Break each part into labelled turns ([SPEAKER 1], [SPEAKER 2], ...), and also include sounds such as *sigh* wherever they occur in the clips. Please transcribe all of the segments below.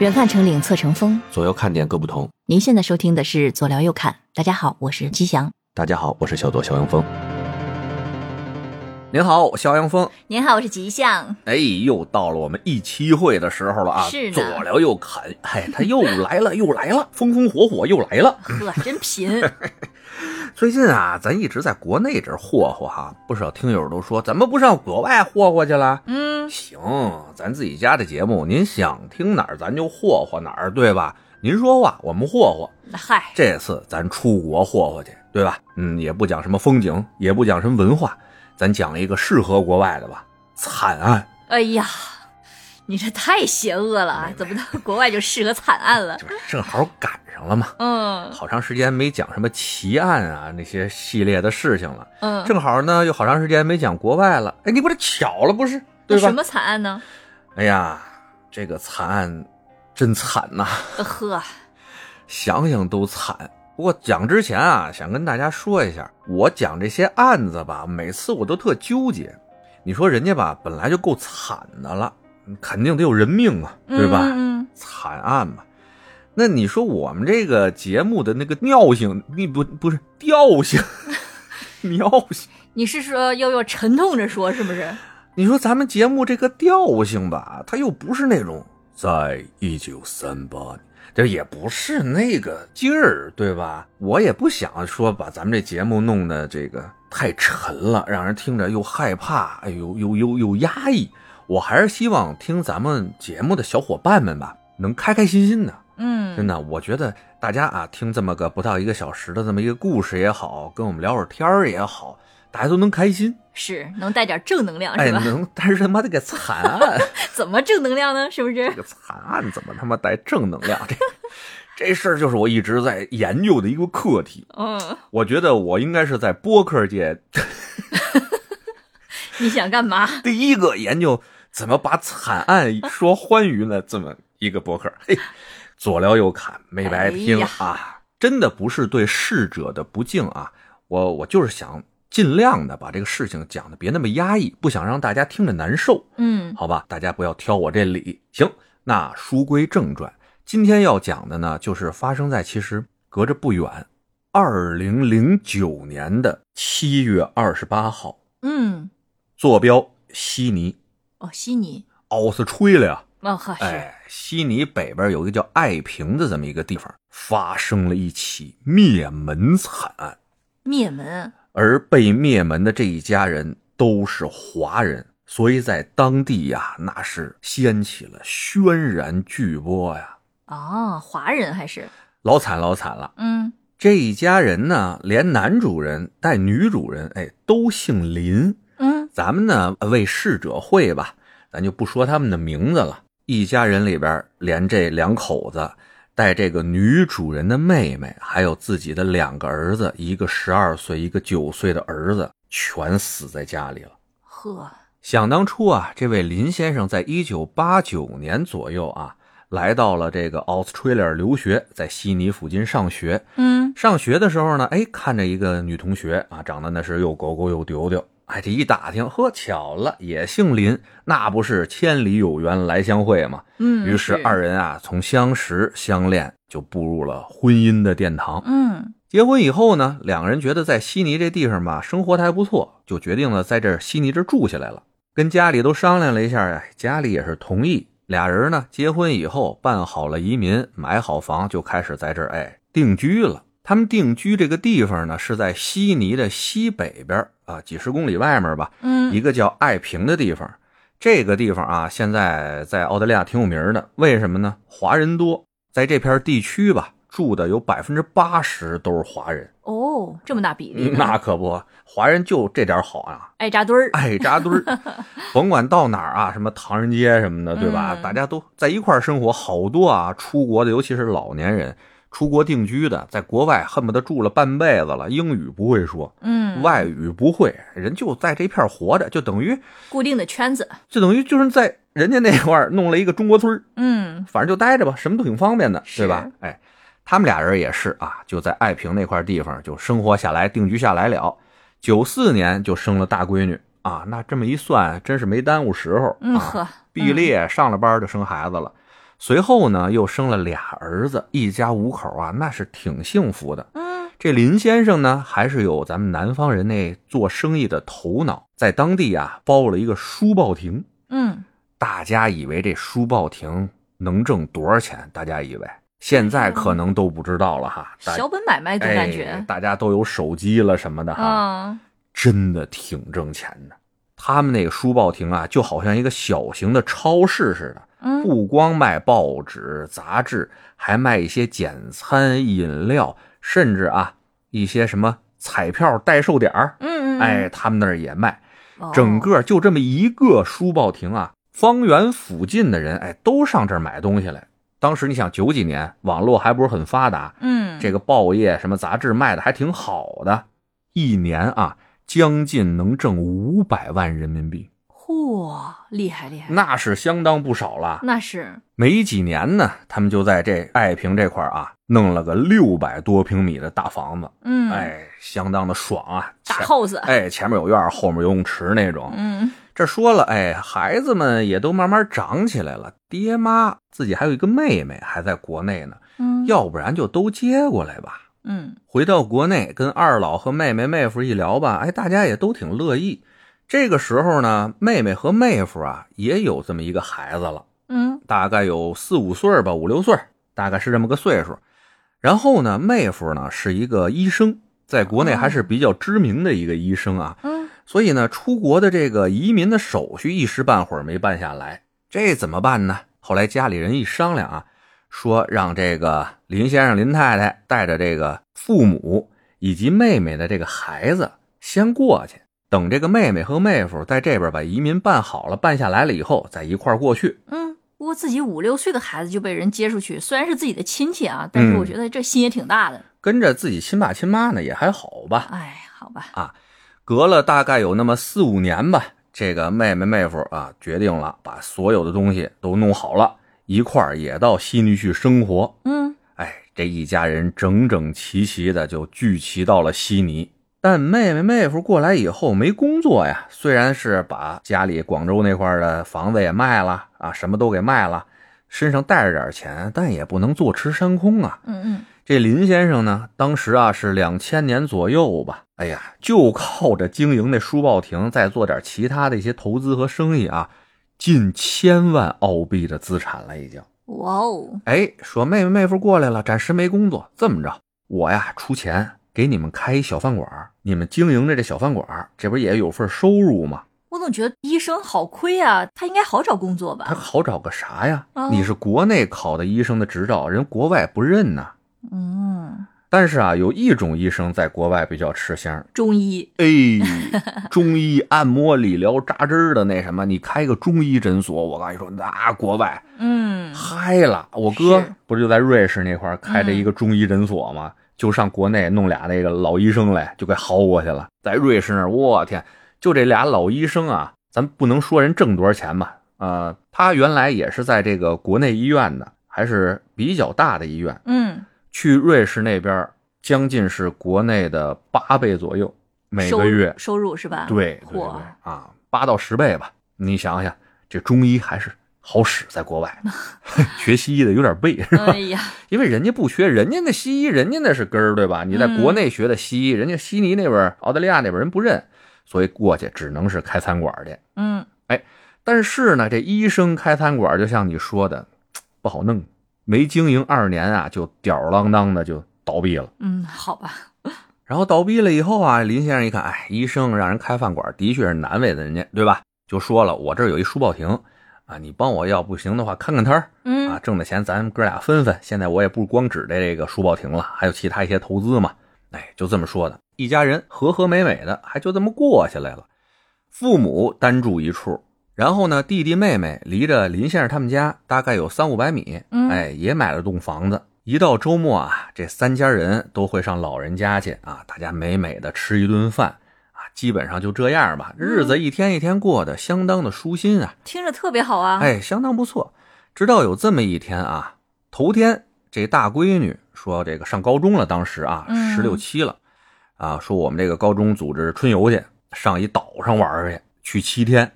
[SPEAKER 1] 远看成岭侧成峰，
[SPEAKER 2] 左右看点各不同。
[SPEAKER 1] 您现在收听的是左聊右看。大家好，我是吉祥。
[SPEAKER 2] 大家好，我是小左肖阳峰。
[SPEAKER 3] 您好，我肖阳峰。
[SPEAKER 1] 您好，我是吉祥。
[SPEAKER 3] 哎，又到了我们一期会的时候了啊！
[SPEAKER 1] 是的
[SPEAKER 3] 左聊右侃，哎，他又来了， *laughs* 又来了，风风火火又来了。
[SPEAKER 1] 呵，真 *laughs* 贫。
[SPEAKER 3] *laughs* 最近啊，咱一直在国内这儿霍霍哈、不少听友都说，怎么不上国外霍霍去了？
[SPEAKER 1] 嗯，
[SPEAKER 3] 行，咱自己家的节目，您想听哪儿咱就霍霍哪儿，对吧？您说话，我们霍霍。
[SPEAKER 1] 嗨，
[SPEAKER 3] 这次咱出国霍霍去，对吧？嗯，也不讲什么风景，也不讲什么文化，咱讲一个适合国外的吧。惨案，
[SPEAKER 1] 哎呀，你这太邪恶了啊！怎么到国外就适合惨案了？
[SPEAKER 3] 这不是正好赶上了吗？
[SPEAKER 1] 嗯
[SPEAKER 3] 好长时间没讲什么奇案啊那些系列的事情了，
[SPEAKER 1] 嗯，
[SPEAKER 3] 正好呢又好长时间没讲国外了。哎，你不这巧了不是？
[SPEAKER 1] 那
[SPEAKER 3] 对
[SPEAKER 1] 什
[SPEAKER 3] 吧？
[SPEAKER 1] 么惨案呢？
[SPEAKER 3] 哎呀，这个惨案真惨呐、
[SPEAKER 1] 呃呵，
[SPEAKER 3] 想想都惨。不过讲之前啊，想跟大家说一下，我讲这些案子吧，每次我都特纠结。你说人家吧，本来就够惨的了，肯定得有人命啊，对吧？
[SPEAKER 1] 嗯嗯
[SPEAKER 3] 惨案嘛。那你说我们这个节目的那个尿性，你不不是调性， *laughs* 尿性。
[SPEAKER 1] 嗯你是说悠悠沉痛着说是不是？
[SPEAKER 3] 你说咱们节目这个调性吧，它又不是那种在一九三八年，这也不是那个劲儿，对吧？我也不想说把咱们这节目弄得这个太沉了，让人听着又害怕，哎呦，又又又压抑。我还是希望听咱们节目的小伙伴们吧，能开开心心的，
[SPEAKER 1] 嗯，
[SPEAKER 3] 真的，我觉得大家啊，听这么个不到一个小时的这么一个故事也好，跟我们聊会儿天儿也好，大家都能开心。
[SPEAKER 1] 是能带点正能量
[SPEAKER 3] 哎，
[SPEAKER 1] 啊是吧？
[SPEAKER 3] 能，但是他妈这个惨案，
[SPEAKER 1] 怎么正能量呢？是不
[SPEAKER 3] 这
[SPEAKER 1] 是？
[SPEAKER 3] 个惨案怎么他妈带正能量？这这事儿就是我一直在研究的一个课题。
[SPEAKER 1] 嗯，
[SPEAKER 3] 我觉得我应该是在播客界
[SPEAKER 1] 你想干嘛？
[SPEAKER 3] 第一个研究怎么把惨案说欢愉呢？这么一个博客，嘿，左聊右侃，没白听
[SPEAKER 1] 哎
[SPEAKER 3] 啊！真的不是对逝者的不敬啊，我我就是想尽量的把这个事情讲的别那么压抑，不想让大家听着难受，
[SPEAKER 1] 嗯
[SPEAKER 3] 好吧？大家不要挑我这理。行，那书归正传，今天要讲的呢，就是发生在其实隔着不远，二零零九年的七月二十八号，
[SPEAKER 1] 嗯，
[SPEAKER 3] 坐标悉尼。
[SPEAKER 1] 哦，悉尼，
[SPEAKER 3] 奥斯吹了呀！
[SPEAKER 1] 哦呵，是，
[SPEAKER 3] 哎，悉尼北边有一个叫爱平的这么一个地方，发生了一起灭门惨案，
[SPEAKER 1] 灭门，
[SPEAKER 3] 而被灭门的这一家人都是华人，所以在当地呀、那是掀起了轩然巨波呀，
[SPEAKER 1] 哦，华人还是，
[SPEAKER 3] 老惨老惨了。
[SPEAKER 1] 嗯，
[SPEAKER 3] 这一家人呢，连男主人带女主人，哎，都姓林。
[SPEAKER 1] 嗯
[SPEAKER 3] 咱们呢为逝者会吧，咱就不说他们的名字了。一家人里边，连这两口子带这个女主人的妹妹，还有自己的两个儿子，一个十二岁，一个九岁的儿子，全死在家里了。
[SPEAKER 1] 呵，
[SPEAKER 3] 想当初啊，这位林先生在一九八九年左右啊，来到了这个 Australia 留学，在悉尼附近上学。
[SPEAKER 1] 嗯
[SPEAKER 3] 上学的时候呢，哎，看着一个女同学啊，长得那是又狗狗又丢丢，哎，这一打听，呵，巧了，也姓林，那不是千里有缘来相会吗？
[SPEAKER 1] 嗯，
[SPEAKER 3] 于是二，人啊，从相识相恋就步入了婚姻的殿堂。
[SPEAKER 1] 嗯
[SPEAKER 3] 结婚以后呢，两个人觉得在悉尼这地方吧，生活的还不错，就决定了在这儿悉尼这儿住下来了。跟家里都商量了一下，哎，家里也是同意。俩人呢，结婚以后办好了移民，买好房，就开始在这儿哎定居了。他们定居这个地方呢，是在悉尼的西北边啊，几十公里外面吧，
[SPEAKER 1] 嗯，
[SPEAKER 3] 一个叫爱平的地方。这个地方啊，现在在澳大利亚挺有名的，为什么呢？华人多，在这片地区吧，住的有百分之八十都是华人。
[SPEAKER 1] 哦，这么大比例呢，
[SPEAKER 3] 嗯那可不，华人就这点好啊，
[SPEAKER 1] 爱扎堆儿，
[SPEAKER 3] 爱扎
[SPEAKER 1] *laughs*
[SPEAKER 3] 堆儿，甭管到哪儿啊，什么唐人街什么的，对吧？
[SPEAKER 1] 嗯
[SPEAKER 3] 大家都在一块儿生活，好多啊，出国的，尤其是老年人。出国定居的，在国外恨不得住了半辈子了，英语不会说，
[SPEAKER 1] 嗯，
[SPEAKER 3] 外语不会，人就在这片儿活着，就等于
[SPEAKER 1] 固定的圈子，
[SPEAKER 3] 就等于就是在人家那块儿弄了一个中国村儿，
[SPEAKER 1] 嗯
[SPEAKER 3] 反正就待着吧，什么都挺方便的，
[SPEAKER 1] 是
[SPEAKER 3] 对吧？哎，他们俩人也是啊，就在爱平那块地方就生活下来、定居下来了。九四年就生了大闺女啊，那这么一算，真是没耽误时候
[SPEAKER 1] 嗯
[SPEAKER 3] 啊。
[SPEAKER 1] 呵，
[SPEAKER 3] 毕业上了班就生孩子了，随后呢，又生了俩儿子，一家五口啊，那是挺幸福的。
[SPEAKER 1] 嗯，
[SPEAKER 3] 这林先生呢，还是有咱们南方人那做生意的头脑，在当地啊包了一个书报亭。
[SPEAKER 1] 嗯，
[SPEAKER 3] 大家以为这书报亭能挣多少钱？大家以为现在可能都不知道了哈。大
[SPEAKER 1] 嗯小本买卖总感觉
[SPEAKER 3] 哎，，大家都有手机了什么的哈，
[SPEAKER 1] 嗯，
[SPEAKER 3] 真的挺挣钱的。他们那个书报亭啊，就好像一个小型的超市似的，
[SPEAKER 1] 嗯，
[SPEAKER 3] 不光卖报纸、杂志，还卖一些简餐、饮料，甚至啊一些什么彩票代售点儿，
[SPEAKER 1] 嗯嗯，
[SPEAKER 3] 哎，他们那儿也卖。
[SPEAKER 1] 哦，
[SPEAKER 3] 整个就这么一个书报亭啊，方圆附近的人哎都上这儿买东西来。当时你想九几年网络还不是很发达，
[SPEAKER 1] 嗯，
[SPEAKER 3] 这个报业什么杂志卖的还挺好的，一年啊将近能挣五百万人民币，
[SPEAKER 1] 嚯，厉害厉害，
[SPEAKER 3] 那是相当不少了。
[SPEAKER 1] 那是，
[SPEAKER 3] 没几年呢，他们就在这爱平这块儿啊，弄了个六百多平米的大房子，
[SPEAKER 1] 嗯，，
[SPEAKER 3] 哎，相当的爽啊！
[SPEAKER 1] 大
[SPEAKER 3] 前
[SPEAKER 1] house，
[SPEAKER 3] 哎，前面有院儿，后面游泳池那种。
[SPEAKER 1] 嗯
[SPEAKER 3] 这说了，哎，孩子们也都慢慢长起来了，爹妈自己还有一个妹妹还在国内呢，
[SPEAKER 1] 嗯，
[SPEAKER 3] 要不然就都接过来吧。
[SPEAKER 1] 嗯
[SPEAKER 3] 回到国内，跟二老和妹妹妹夫一聊吧，哎，大家也都挺乐意。这个时候呢，妹妹和妹夫啊也有这么一个孩子了，
[SPEAKER 1] 嗯
[SPEAKER 3] 大概有四五岁吧，五六岁，大概是这么个岁数。然后呢，妹夫呢是一个医生，在国内还是比较知名的一个医生啊。
[SPEAKER 1] 嗯，
[SPEAKER 3] 所以呢，出国的这个移民的手续一时半会儿没办下来，这怎么办呢？后来家里人一商量啊，说让这个林先生、林太太带着这个父母以及妹妹的这个孩子先过去，等这个妹妹和妹夫在这边把移民办好了、办下来了以后，再一块儿过去。
[SPEAKER 1] 嗯，不过自己五六岁的孩子就被人接出去，虽然是自己的亲戚啊，但是
[SPEAKER 3] 嗯
[SPEAKER 1] 我觉得这心也挺大的。
[SPEAKER 3] 跟着自己亲爸亲妈呢，也还好吧。
[SPEAKER 1] 哎，好吧，
[SPEAKER 3] 啊隔了大概有那么四五年吧，这个妹妹妹夫啊，决定了把所有的东西都弄好了，一块儿也到悉尼去生活。
[SPEAKER 1] 嗯
[SPEAKER 3] 哎，这一家人整整齐齐的就聚齐到了悉尼。但妹妹妹夫过来以后没工作呀，虽然是把家里广州那块儿的房子也卖了啊，什么都给卖了，身上带着点钱，但也不能坐吃山空啊。
[SPEAKER 1] 嗯
[SPEAKER 3] 这林先生呢，当时啊是两千年左右吧，哎呀，就靠着经营那书报亭，再做点其他的一些投资和生意啊，近千万澳币的资产了已经。
[SPEAKER 1] 嗯，哇哦，
[SPEAKER 3] 哎，说妹妹妹夫过来了，暂时没工作，这么着，我呀出钱给你们开一小饭馆儿，你们经营着这小饭馆儿，这不是也有份收入吗？
[SPEAKER 1] 我总觉得医生好亏啊，他应该好找工作
[SPEAKER 3] 他
[SPEAKER 1] 吧？
[SPEAKER 3] 好找个啥呀
[SPEAKER 1] 哦？
[SPEAKER 3] 你是国内考的医生的执照，人国外不认呐。
[SPEAKER 1] 嗯，
[SPEAKER 3] 但是啊，有一种医生在国外比较吃香，
[SPEAKER 1] 中医，
[SPEAKER 3] 哎，中医按摩、理疗、扎针儿的那什么，你开个中医诊所，我告诉你说，那国外 *laughs*
[SPEAKER 1] 嗯
[SPEAKER 3] 嗨了。我哥
[SPEAKER 1] 是嗯
[SPEAKER 3] 不是就在瑞士那块儿开着一个中医诊所吗？就上国内弄俩那个老医生来，就给薅过去了。在瑞士那儿，我天，就这俩老医生啊，咱不能说人挣多少钱吧？呃，他原来也是在这个国内医院的，还是比较大的医院。
[SPEAKER 1] 嗯，
[SPEAKER 3] 去瑞士那边儿，将近是国内的八倍左右，每
[SPEAKER 1] 收
[SPEAKER 3] 个
[SPEAKER 1] 入
[SPEAKER 3] 月。
[SPEAKER 1] 收入是吧？
[SPEAKER 3] 对，对对
[SPEAKER 1] 嚯，
[SPEAKER 3] 啊，八到十倍吧。你想想，这中医还是好使，在国外学西医的有点背，是吧
[SPEAKER 1] 哎呀，
[SPEAKER 3] 因为人家不学，人家那西医，人家那是根儿，对吧？你在国
[SPEAKER 1] 嗯
[SPEAKER 3] 内学的西医，人家悉尼那边儿、澳大利亚那边儿人不认，所以过去只能是开餐馆儿去。
[SPEAKER 1] 嗯
[SPEAKER 3] 但是呢，这医生开餐馆，就像你说的，不好弄，没经营二年啊，就吊儿郎当的就倒闭了。
[SPEAKER 1] 嗯，好吧，
[SPEAKER 3] 然后倒闭了以后啊，林先生一看，哎，医生让人开饭馆，的确是难为的人家，对吧？就说了，我这儿有一书报亭啊，你帮我要不行的话，看看摊儿啊，
[SPEAKER 1] 嗯
[SPEAKER 3] 挣的钱咱们哥俩分分。现在我也不光指着这个书报亭了，还有其他一些投资嘛。哎，就这么说的，一家人和和美美的，还就这么过下来了。父母单住一处，然后呢，弟弟妹妹离着林先生他们家大概有三五百米，
[SPEAKER 1] 嗯
[SPEAKER 3] 哎，也买了栋房子。一到周末啊，这三家人都会上老人家去啊，大家美美的吃一顿饭啊，基本上就这样吧，日
[SPEAKER 1] 嗯
[SPEAKER 3] 子一天一天过得相当的舒心啊。
[SPEAKER 1] 听着特别好啊。
[SPEAKER 3] 哎，相当不错。直到有这么一天啊，头天这大闺女说这个上高中了，当时啊
[SPEAKER 1] 嗯
[SPEAKER 3] 十六七了，啊说我们这个高中组织春游去，上一岛上玩儿去，去七天。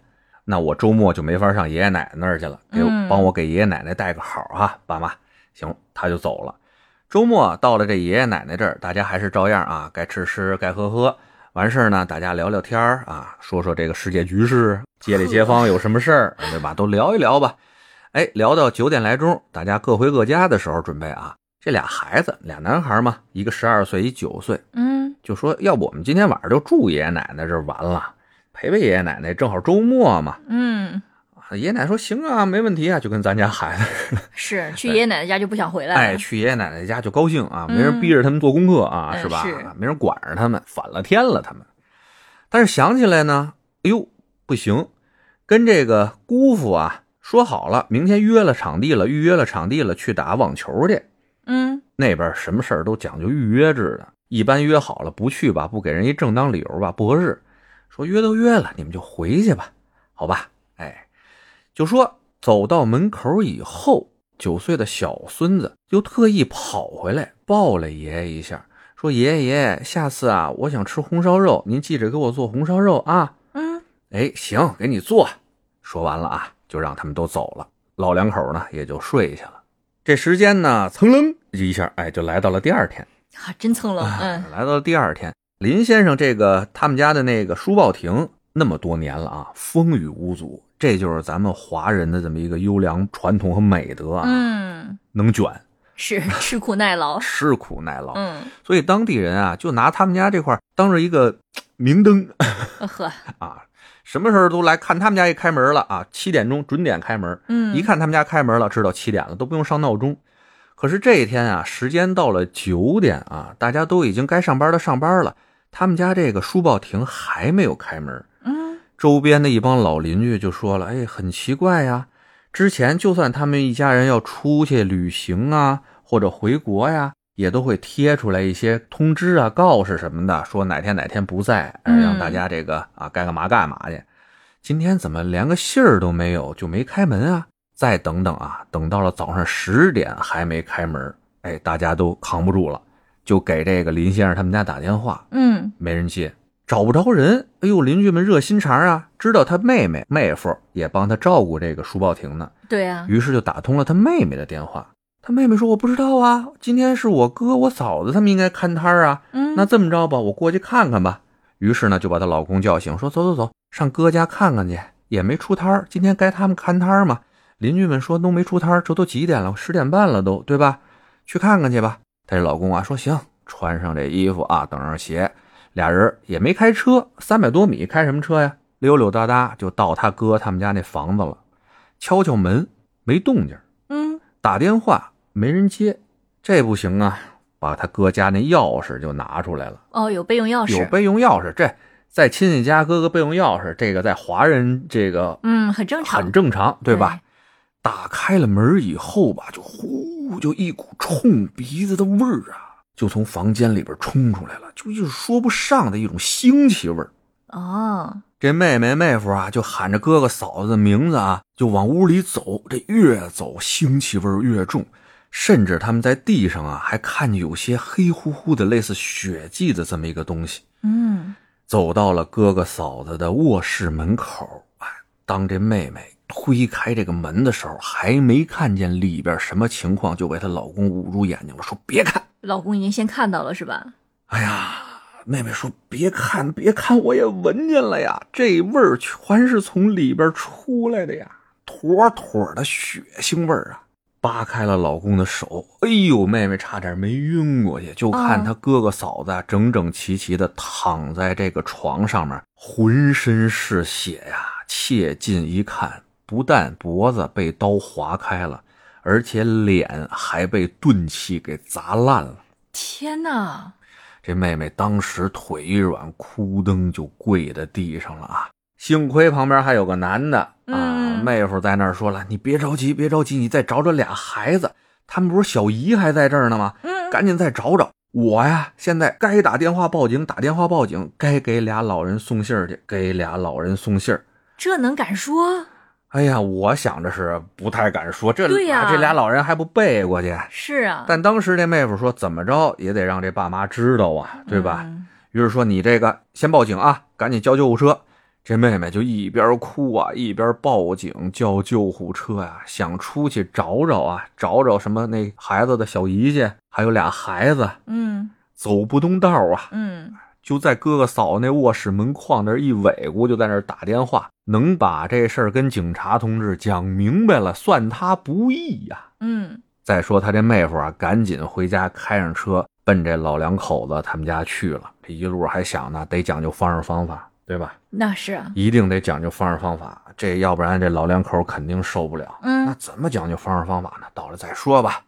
[SPEAKER 3] 那我周末就没法上爷爷奶奶那儿去了，给我
[SPEAKER 1] 嗯
[SPEAKER 3] 帮我给爷爷奶奶带个好啊，爸妈。行，他就走了。周末到了这爷爷奶奶这儿，大家还是照样啊，该吃吃，该喝喝。完事儿呢，大家聊聊天儿啊，说说这个世界局势，街里街坊有什么事儿，对吧？都聊一聊吧。哎，聊到九点来钟，大家各回各家的时候，准备啊，这俩孩子，俩男孩嘛，一个十二岁，一九岁，
[SPEAKER 1] 嗯，
[SPEAKER 3] 就说要不我们今天晚上就住爷爷奶奶这儿玩了，陪陪爷爷奶奶，正好周末嘛。
[SPEAKER 1] 嗯，
[SPEAKER 3] 啊爷爷奶奶说行啊，没问题啊，就跟咱家孩子 *laughs* 似的，
[SPEAKER 1] 是去爷爷奶奶家就不想回来了。
[SPEAKER 3] 哎，去爷爷奶奶家就高兴啊，
[SPEAKER 1] 嗯
[SPEAKER 3] 没人逼着他们做功课啊，
[SPEAKER 1] 嗯
[SPEAKER 3] 是吧？
[SPEAKER 1] 是
[SPEAKER 3] 没人管着他们，反了天了他们。但是想起来呢，哎呦不行，跟这个姑父啊说好了，明天约了场地了，预约了场地了，去打网球去。
[SPEAKER 1] 嗯
[SPEAKER 3] 那边什么事儿都讲究预约制的，一般约好了不去吧，不给人一正当理由吧，不合适。说约都约了，你们就回去吧，好吧？哎，就说走到门口以后，九岁的小孙子又特意跑回来抱了爷爷一下，说：“爷爷爷爷，下次啊，我想吃红烧肉，您记着给我做红烧肉啊。”
[SPEAKER 1] 嗯
[SPEAKER 3] 哎，行，给你做。说完了啊，就让他们都走了。老两口呢也就睡下了。这时间呢，噌楞一下，哎，就来到了第二天。
[SPEAKER 1] 啊，真蹭了。嗯
[SPEAKER 3] 来到了第二天，林先生这个他们家的那个书报亭，那么多年了啊，风雨无阻，这就是咱们华人的这么一个优良传统和美德啊，
[SPEAKER 1] 嗯，
[SPEAKER 3] 能卷，
[SPEAKER 1] 是吃苦耐劳。
[SPEAKER 3] 吃苦耐劳。
[SPEAKER 1] 嗯，
[SPEAKER 3] 所以当地人啊，就拿他们家这块儿当着一个嘖明灯 *laughs*
[SPEAKER 1] 呃呵，
[SPEAKER 3] 啊，什么时候都来看他们家一开门了啊，七点钟准点开门，
[SPEAKER 1] 嗯，
[SPEAKER 3] 一看他们家开门了，知道七点了，都不用上闹钟。可是这一天啊，时间到了九点啊，大家都已经该上班的上班了，他们家这个书报亭还没有开门。
[SPEAKER 1] 嗯
[SPEAKER 3] 周边的一帮老邻居就说了：“哎，很奇怪呀、之前就算他们一家人要出去旅行啊，或者回国呀，也都会贴出来一些通知啊、告示什么的，说哪天哪天不在，呃
[SPEAKER 1] 嗯
[SPEAKER 3] 让大家这个啊该干嘛干嘛去。今天怎么连个信儿都没有，就没开门啊？再等等啊，等到了早上十点还没开门，哎，大家都扛不住了，就给这个林先生他们家打电话，
[SPEAKER 1] 嗯
[SPEAKER 3] 没人接，找不着人。哎呦，邻居们热心肠啊，知道他妹妹妹夫也帮他照顾这个书报亭呢，
[SPEAKER 1] 对啊，
[SPEAKER 3] 于是就打通了他妹妹的电话。他妹妹说：“我不知道啊，今天是我哥、我嫂子他们应该看摊儿啊。
[SPEAKER 1] 嗯，
[SPEAKER 3] 那这么着吧，我过去看看吧。”于是呢，就把她老公叫醒，说：“走走走，上哥家看看去，也没出摊儿，今天该他们看摊儿嘛。”邻居们说：“都没出摊儿，这都几点了？十点半了都，对吧？去看看去吧。”她这老公啊说：“行，穿上这衣服啊，等上鞋，俩人也没开车，三百多米开什么车呀？溜溜达达就到他哥他们家那房子了，敲敲门没动静儿，
[SPEAKER 1] 嗯
[SPEAKER 3] 打电话没人接，这不行啊！把他哥家那钥匙就拿出来了，
[SPEAKER 1] 哦，有备用钥匙，
[SPEAKER 3] 有备用钥匙，这在亲戚家哥哥备用钥匙，这个在华人这个
[SPEAKER 1] 嗯，很正常，
[SPEAKER 3] 很正常，对吧？打开了门以后吧，就呼就一股冲鼻子的味儿啊，就从房间里边冲出来了，就一种说不上的一种腥气味儿。
[SPEAKER 1] 哦，
[SPEAKER 3] 这妹妹妹夫啊，就喊着哥哥嫂子的名字啊，就往屋里走。这越走腥气味儿越重，甚至他们在地上啊，还看见有些黑乎乎的，类似血迹的这么一个东西。
[SPEAKER 1] 嗯
[SPEAKER 3] 走到了哥哥嫂子的卧室门口，哎，当这妹妹推开这个门的时候，还没看见里边什么情况，就被她老公捂住眼睛了，说别看。
[SPEAKER 1] 老公已经先看到了是吧？
[SPEAKER 3] 哎呀，妹妹说别看，别看，我也闻见了呀，这味儿全是从里边出来的呀，妥妥的血腥味儿啊！扒开了老公的手，哎呦，妹妹差点没晕过去，就看
[SPEAKER 1] 哦
[SPEAKER 3] 她哥哥嫂子啊整整齐齐的躺在这个床上面，浑身是血呀、切近一看，不但脖子被刀划开了，而且脸还被钝器给砸烂了。
[SPEAKER 1] 天哪，
[SPEAKER 3] 这妹妹当时腿一软，扑噔就跪在地上了啊！幸亏旁边还有个男的啊，
[SPEAKER 1] 嗯
[SPEAKER 3] 妹夫在那儿说了：“你别着急，别着急，你再找找俩孩子，他们不是小姨还在这儿呢吗？
[SPEAKER 1] 嗯，
[SPEAKER 3] 赶紧再找找。”我呀，现在该打电话报警，打电话报警；该给俩老人送信儿去，给俩老人送信儿。
[SPEAKER 1] 这能敢说？
[SPEAKER 3] 哎呀，我想着是不太敢说，这
[SPEAKER 1] 对呀
[SPEAKER 3] 这俩老人还不背过去？
[SPEAKER 1] 是啊，
[SPEAKER 3] 但当时这妹夫说，怎么着也得让这爸妈知道啊，对吧？
[SPEAKER 1] 嗯
[SPEAKER 3] 于是说你这个先报警啊，赶紧叫救护车。这妹妹就一边哭啊，一边报警叫救护车呀、想出去找找啊，找找什么那孩子的小姨去，还有俩孩子，
[SPEAKER 1] 嗯
[SPEAKER 3] 走不动道啊，
[SPEAKER 1] 嗯
[SPEAKER 3] 就在哥哥嫂那卧室门框那儿一尾咕，就在那儿打电话，能把这事儿跟警察同志讲明白了，算他不易呀、
[SPEAKER 1] 嗯
[SPEAKER 3] 再说他这妹夫啊，赶紧回家开上车，奔这老两口子他们家去了。这一路还想呢，得讲究方式方法，对吧？
[SPEAKER 1] 那是啊，
[SPEAKER 3] 一定得讲究方式方法，这要不然这老两口肯定受不了。那
[SPEAKER 1] 嗯
[SPEAKER 3] 怎么讲究方式方法呢？到了再说吧。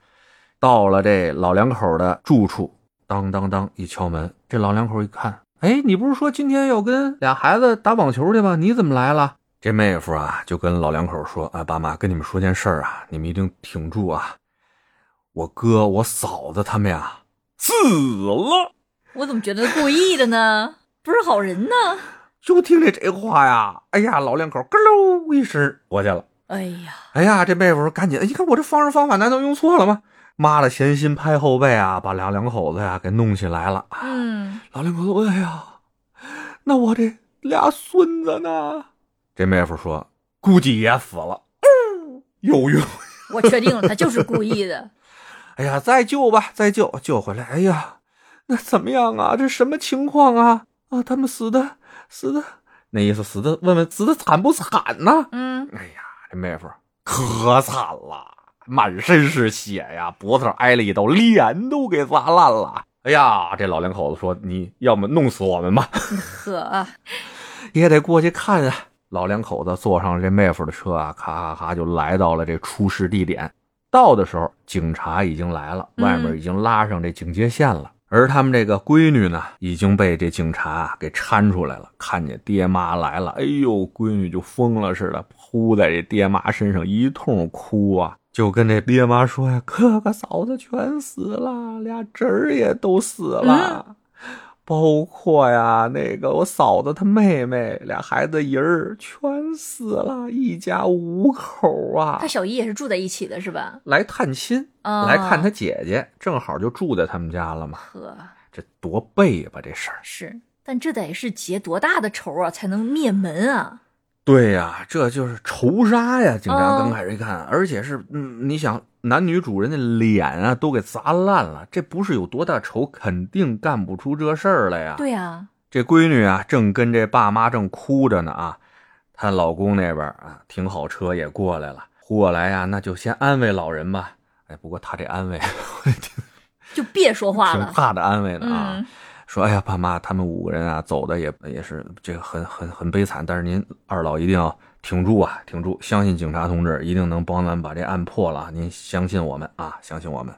[SPEAKER 3] 到了这老两口的住处，当当当一敲门，这老两口一看，哎，你不是说今天要跟俩孩子打网球去吗？你怎么来了？这妹夫啊，就跟老两口说：“啊，爸妈，跟你们说件事儿啊，你们一定挺住啊！我哥、我嫂子他们呀死了。
[SPEAKER 1] 我怎么觉得故意的呢？不是好人呢。”
[SPEAKER 3] 就听这这话呀，哎呀，老两口咯喽一声过去了。
[SPEAKER 1] 哎呀，
[SPEAKER 3] 哎呀，这妹夫说赶紧，哎你看我这方式方法难道用错了吗？妈的，闲心拍后背啊，把俩两口子呀、给弄起来了。
[SPEAKER 1] 嗯
[SPEAKER 3] 老两口子，哎呀，那我这俩孙子呢？这妹夫说，估计也死了。嗯有用。
[SPEAKER 1] 我确定了，他就是故意的。
[SPEAKER 3] 哎呀，再救吧，再救，救回来。哎呀，那怎么样啊？这什么情况啊？啊，他们死的，死的，那意思死的，问问死的惨不惨呢？
[SPEAKER 1] 嗯
[SPEAKER 3] 哎呀，这妹夫可惨了，满身是血呀，脖子上挨了一刀，脸都给砸烂了。哎呀，这老两口子说：“你要么弄死我们吧，啊
[SPEAKER 1] 呵，啊
[SPEAKER 3] 也得过去看啊。”老两口子坐上这妹夫的车啊，咔咔咔就来到了这出事地点。到的时候，警察已经来了，
[SPEAKER 1] 嗯
[SPEAKER 3] 外面已经拉上这警戒线了。而他们这个闺女呢，已经被这警察啊给搀出来了。看见爹妈来了，哎呦，闺女就疯了似的，扑在这爹妈身上一通哭啊，就跟这爹妈说呀：“哥哥嫂子全死了，俩侄儿也都死了。包括呀，那个我嫂子她妹妹俩孩子姨儿全死了，一家五口啊
[SPEAKER 1] 他，小姨也是住在一起的是吧？
[SPEAKER 3] 来探亲。
[SPEAKER 1] 啊，
[SPEAKER 3] 来看他。姐姐，正好就住在他们家了嘛，
[SPEAKER 1] 呵，
[SPEAKER 3] 这多背吧这事儿。
[SPEAKER 1] 是，但这得是结多大的仇啊，才能灭门啊？
[SPEAKER 3] 对呀、这就是仇杀呀！警察
[SPEAKER 1] 嗯
[SPEAKER 3] 刚开始一看，而且是，嗯，你想男女主人的脸啊都给砸烂了，这不是有多大仇，肯定干不出这事儿来呀。
[SPEAKER 1] 对呀，
[SPEAKER 3] 这闺女啊，正跟这爸妈正哭着呢啊，她老公那边啊停好车也过来了，过来呀、那就先安慰老人吧。哎，不过他这安慰我挺
[SPEAKER 1] 就别说话
[SPEAKER 3] 挺
[SPEAKER 1] 了。
[SPEAKER 3] 大的安慰呢啊。
[SPEAKER 1] 嗯，
[SPEAKER 3] 说：“哎呀，爸妈，他们五个人啊，走的也也是这个很很很悲惨，但是您二老一定要挺住啊，挺住，相信警察同志一定能帮咱们把这案破了啊，您相信我们啊，相信我们。”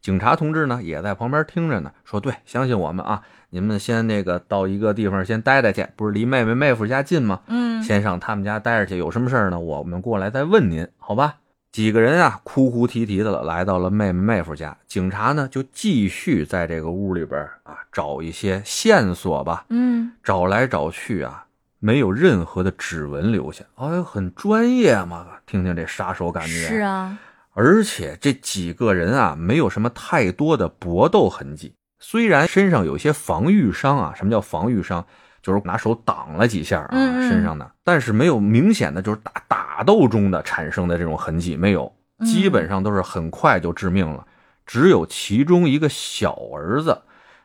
[SPEAKER 3] 警察同志呢也在旁边听着呢，说：“对，相信我们啊，你们先那个到一个地方先待待去，不是离妹妹妹夫家近吗？
[SPEAKER 1] 嗯，
[SPEAKER 3] 先上他们家待着去，有什么事儿呢，我们过来再问您，好吧？几个人啊，哭哭啼啼的来到了妹妹妹夫家，警察呢就继续在这个屋里边啊找一些线索吧，
[SPEAKER 1] 嗯，
[SPEAKER 3] 找来找去啊，没有任何的指纹留下。哎，很专业嘛，听听这杀手感觉。
[SPEAKER 1] 是啊，
[SPEAKER 3] 而且这几个人啊，没有什么太多的搏斗痕迹。虽然身上有些防御伤啊，什么叫防御伤？就是拿手挡了几下啊，
[SPEAKER 1] 嗯嗯
[SPEAKER 3] 身上的，但是没有明显的就是打打斗中的产生的这种痕迹，没有，
[SPEAKER 1] 嗯
[SPEAKER 3] 基本上都是很快就致命了。只有其中一个小儿子，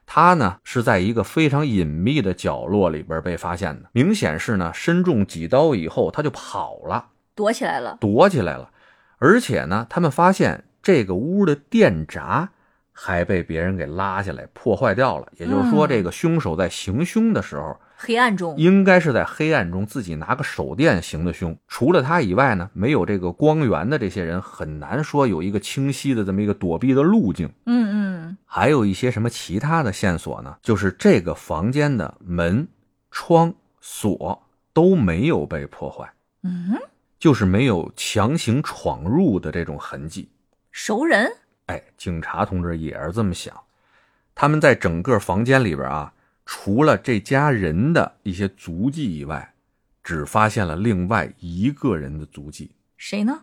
[SPEAKER 3] 他呢是在一个非常隐秘的角落里边被发现的，明显是呢身中几刀以后他就跑了。
[SPEAKER 1] 躲起来了。
[SPEAKER 3] 躲起来了。而且呢，他们发现这个屋的电闸还被别人给拉下来破坏掉了。也就是说，
[SPEAKER 1] 嗯
[SPEAKER 3] 这个凶手在行凶的时候，
[SPEAKER 1] 黑暗中，
[SPEAKER 3] 应该是在黑暗中自己拿个手电行的凶。除了他以外呢，没有这个光源的这些人，很难说有一个清晰的这么一个躲避的路径。
[SPEAKER 1] 嗯嗯，
[SPEAKER 3] 还有一些什么其他的线索呢？就是这个房间的门、窗、锁都没有被破坏。
[SPEAKER 1] 嗯，
[SPEAKER 3] 就是没有强行闯入的这种痕迹。
[SPEAKER 1] 熟人，
[SPEAKER 3] 哎，警察同志也是这么想。他们在整个房间里边啊，除了这家人的一些足迹以外，只发现了另外一个人的足迹。
[SPEAKER 1] 谁呢？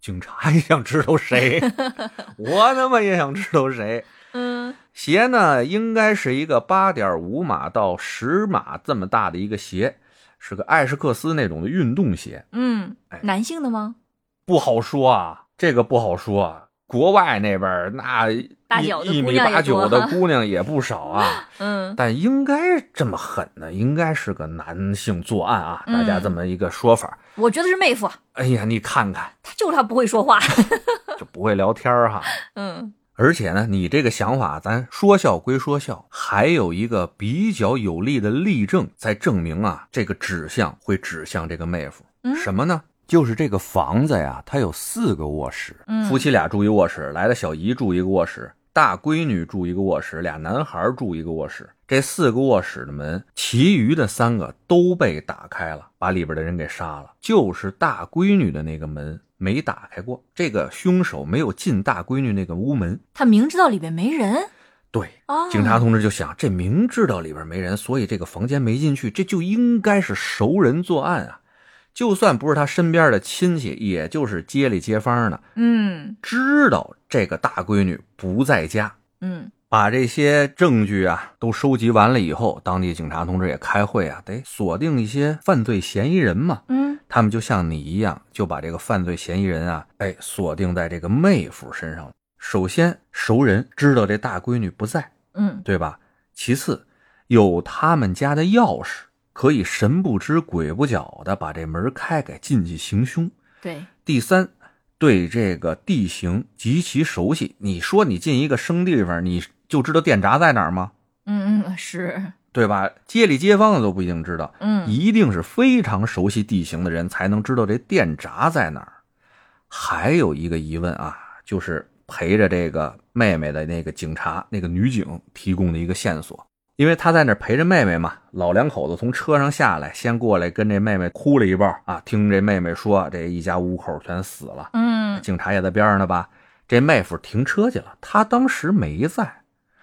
[SPEAKER 3] 警察也想知道谁， *laughs* 我他妈也想知道谁。
[SPEAKER 1] 嗯
[SPEAKER 3] 鞋呢，应该是一个八点五码到十码这么大的一个鞋，是个艾什克斯那种的运动鞋，
[SPEAKER 1] 嗯
[SPEAKER 3] 哎，
[SPEAKER 1] 男性的吗？
[SPEAKER 3] 不好说啊，这个不好说啊。国外那边儿那一
[SPEAKER 1] 大脚的
[SPEAKER 3] 一
[SPEAKER 1] 姑
[SPEAKER 3] 米
[SPEAKER 1] 娘也
[SPEAKER 3] 八九
[SPEAKER 1] 多
[SPEAKER 3] 的姑娘也不少啊，
[SPEAKER 1] 嗯
[SPEAKER 3] 但应该这么狠的，应该是个男性作案啊，大家
[SPEAKER 1] 嗯
[SPEAKER 3] 这么一个说法。
[SPEAKER 1] 我觉得是妹夫，啊
[SPEAKER 3] 哎呀，你看看
[SPEAKER 1] 他就是他不会说
[SPEAKER 3] *laughs*
[SPEAKER 1] 话。
[SPEAKER 3] 就不会聊天儿哈。
[SPEAKER 1] 嗯
[SPEAKER 3] 而且呢，你这个想法，咱说笑归说笑，还有一个比较有力的例证在证明啊，这个指向会指向这个妹夫。
[SPEAKER 1] 嗯
[SPEAKER 3] 什么呢？就是这个房子呀，它有四个卧室，
[SPEAKER 1] 嗯
[SPEAKER 3] 夫妻俩住一卧室，来的小姨住一个卧室，大闺女住一个卧室，俩男孩住一个卧室。这四个卧室的门，其余的三个都被打开了，把里边的人给杀了。就是大闺女的那个门没打开过，这个凶手没有进大闺女那个屋门。
[SPEAKER 1] 他明知道里面没人
[SPEAKER 3] 对，
[SPEAKER 1] 哦，
[SPEAKER 3] 警察同志就想，这明知道里边没人，所以这个房间没进去，这就应该是熟人作案啊。就算不是他身边的亲戚，也就是街里街坊的，
[SPEAKER 1] 嗯
[SPEAKER 3] 知道这个大闺女不在家，
[SPEAKER 1] 嗯
[SPEAKER 3] 把这些证据啊都收集完了以后，当地警察同志也开会啊，得锁定一些犯罪嫌疑人嘛。
[SPEAKER 1] 嗯
[SPEAKER 3] 他们就像你一样，就把这个犯罪嫌疑人啊，哎，锁定在这个妹夫身上了。首先，熟人知道这大闺女不在，
[SPEAKER 1] 嗯
[SPEAKER 3] 对吧？其次，有他们家的钥匙，可以神不知鬼不觉的把这门开开，进去行凶。
[SPEAKER 1] 对，
[SPEAKER 3] 第三，对这个地形极其熟悉。你说你进一个生地方，你就知道电闸在哪儿吗？
[SPEAKER 1] 嗯嗯是
[SPEAKER 3] 对吧？街里街坊的都不一定知道，
[SPEAKER 1] 嗯
[SPEAKER 3] 一定是非常熟悉地形的人才能知道这电闸在哪儿。还有一个疑问啊，就是陪着这个妹妹的那个警察，那个女警提供的一个线索，因为她在那儿陪着妹妹嘛，老两口子从车上下来，先过来跟这妹妹哭了一抱啊，听这妹妹说这一家五口全死了，
[SPEAKER 1] 嗯
[SPEAKER 3] 警察也在边上呢吧。这妹夫停车去了，他当时没在，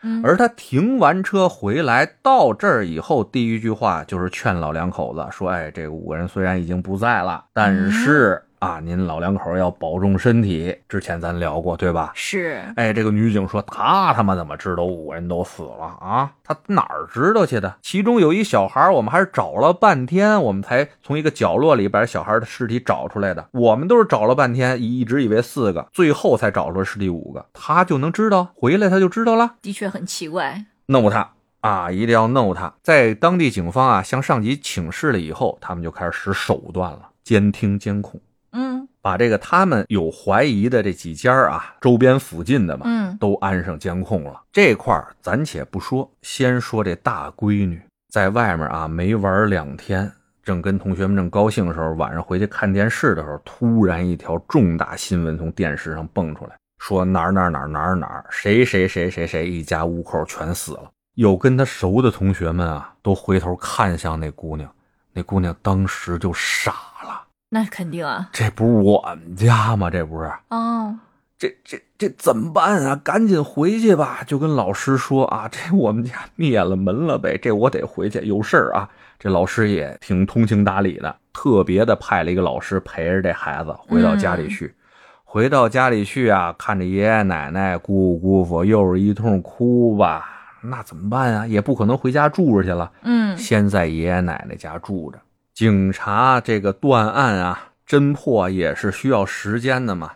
[SPEAKER 1] 嗯
[SPEAKER 3] 而他停完车回来到这儿以后，第一句话就是劝老两口子说：“哎，这五个人虽然已经不在了，但是啊，您老两口要保重身体。之前咱聊过，对吧？”
[SPEAKER 1] 是
[SPEAKER 3] 哎，这个女警说：“她他妈怎么知道五个人都死了啊？她哪儿知道去的？其中有一小孩，我们还是找了半天，我们才从一个角落里把小孩的尸体找出来的。我们都是找了半天，一直以为四个，最后才找出来尸体五个。她就能知道，回来她就知道了。”
[SPEAKER 1] 的确很奇怪。
[SPEAKER 3] 弄他啊，一定要弄他。在当地警方啊向上级请示了以后，他们就开始使手段了，监听监控，
[SPEAKER 1] 嗯
[SPEAKER 3] 把这个他们有怀疑的这几家啊周边附近的嘛，
[SPEAKER 1] 嗯
[SPEAKER 3] 都安上监控了。这块儿咱且不说，先说这大闺女在外面啊没玩两天。正跟同学们正高兴的时候，晚上回去看电视的时候，突然一条重大新闻从电视上蹦出来，说哪儿哪儿哪儿哪儿哪儿谁谁谁谁谁一家五口全死了。有跟他熟的同学们啊，都回头看向那姑娘，那姑娘当时就傻了，
[SPEAKER 1] 那肯定啊。
[SPEAKER 3] 这不是我们家吗？这不是？
[SPEAKER 1] 哦，
[SPEAKER 3] 这这这怎么办啊？赶紧回去吧！就跟老师说啊，这我们家灭了门了呗，这我得回去，有事儿啊。这老师也挺通情达理的，特别的派了一个老师陪着这孩子回到家里去。回到家里去啊，看着爷爷奶奶、姑姑姑父，又是一通哭吧。那怎么办啊？也不可能回家住着去了，
[SPEAKER 1] 嗯
[SPEAKER 3] 先在爷爷奶奶家住着。警察这个断案啊，侦破也是需要时间的嘛，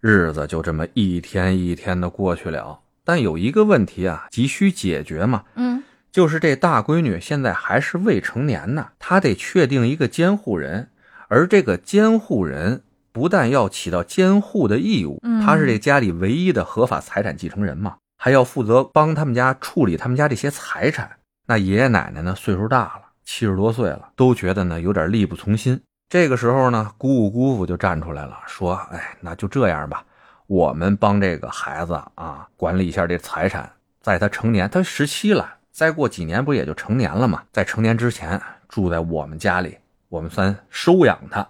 [SPEAKER 3] 日子就这么一天一天的过去了。但有一个问题啊，急需解决嘛，
[SPEAKER 1] 嗯
[SPEAKER 3] 就是这大闺女现在还是未成年呢，她得确定一个监护人，而这个监护人不但要起到监护的义务，
[SPEAKER 1] 嗯
[SPEAKER 3] 他是这家里唯一的合法财产继承人嘛，还要负责帮他们家处理他们家这些财产。那爷爷奶奶呢，岁数大了，七十多岁了，都觉得呢有点力不从心。这个时候呢，姑姑姑父就站出来了，说：“哎，那就这样吧，我们帮这个孩子啊管理一下这财产，在他成年，他十七了，再过几年不也就成年了嘛？在成年之前啊住在我们家里，我们算收养他，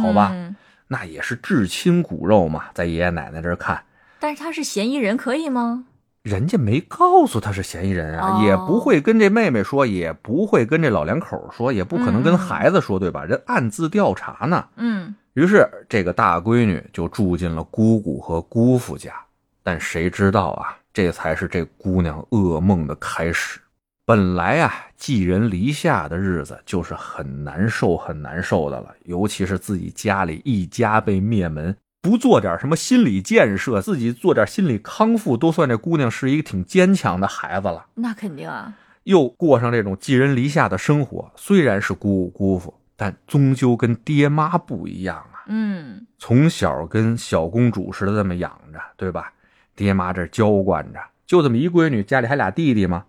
[SPEAKER 3] 好吧？
[SPEAKER 1] 嗯
[SPEAKER 3] 那也是至亲骨肉嘛，在爷爷奶奶这儿看，
[SPEAKER 1] 但是他是嫌疑人，可以吗？
[SPEAKER 3] 人家没告诉他是嫌疑人啊，
[SPEAKER 1] 哦
[SPEAKER 3] 也不会跟这妹妹说，也不会跟这老两口说，也不可
[SPEAKER 1] 嗯
[SPEAKER 3] 能跟
[SPEAKER 1] 嗯
[SPEAKER 3] 孩子说，对吧？人暗自调查呢。
[SPEAKER 1] 嗯
[SPEAKER 3] 于是这个大闺女就住进了姑姑和姑父家，但谁知道啊，这才是这姑娘噩梦的开始。本来啊，寄人篱下的日子就是很难受、很难受的了，尤其是自己家里一家被灭门，不做点什么心理建设，自己做点心理康复，都算这姑娘是一个挺坚强的孩子了。
[SPEAKER 1] 那肯定啊，
[SPEAKER 3] 又过上这种寄人篱下的生活，虽然是姑姑姑父，但终究跟爹妈不一样啊。
[SPEAKER 1] 嗯，
[SPEAKER 3] 从小跟小公主似的这么养着，对吧？爹妈这娇惯着，就这么一闺女，家里还俩弟弟嘛。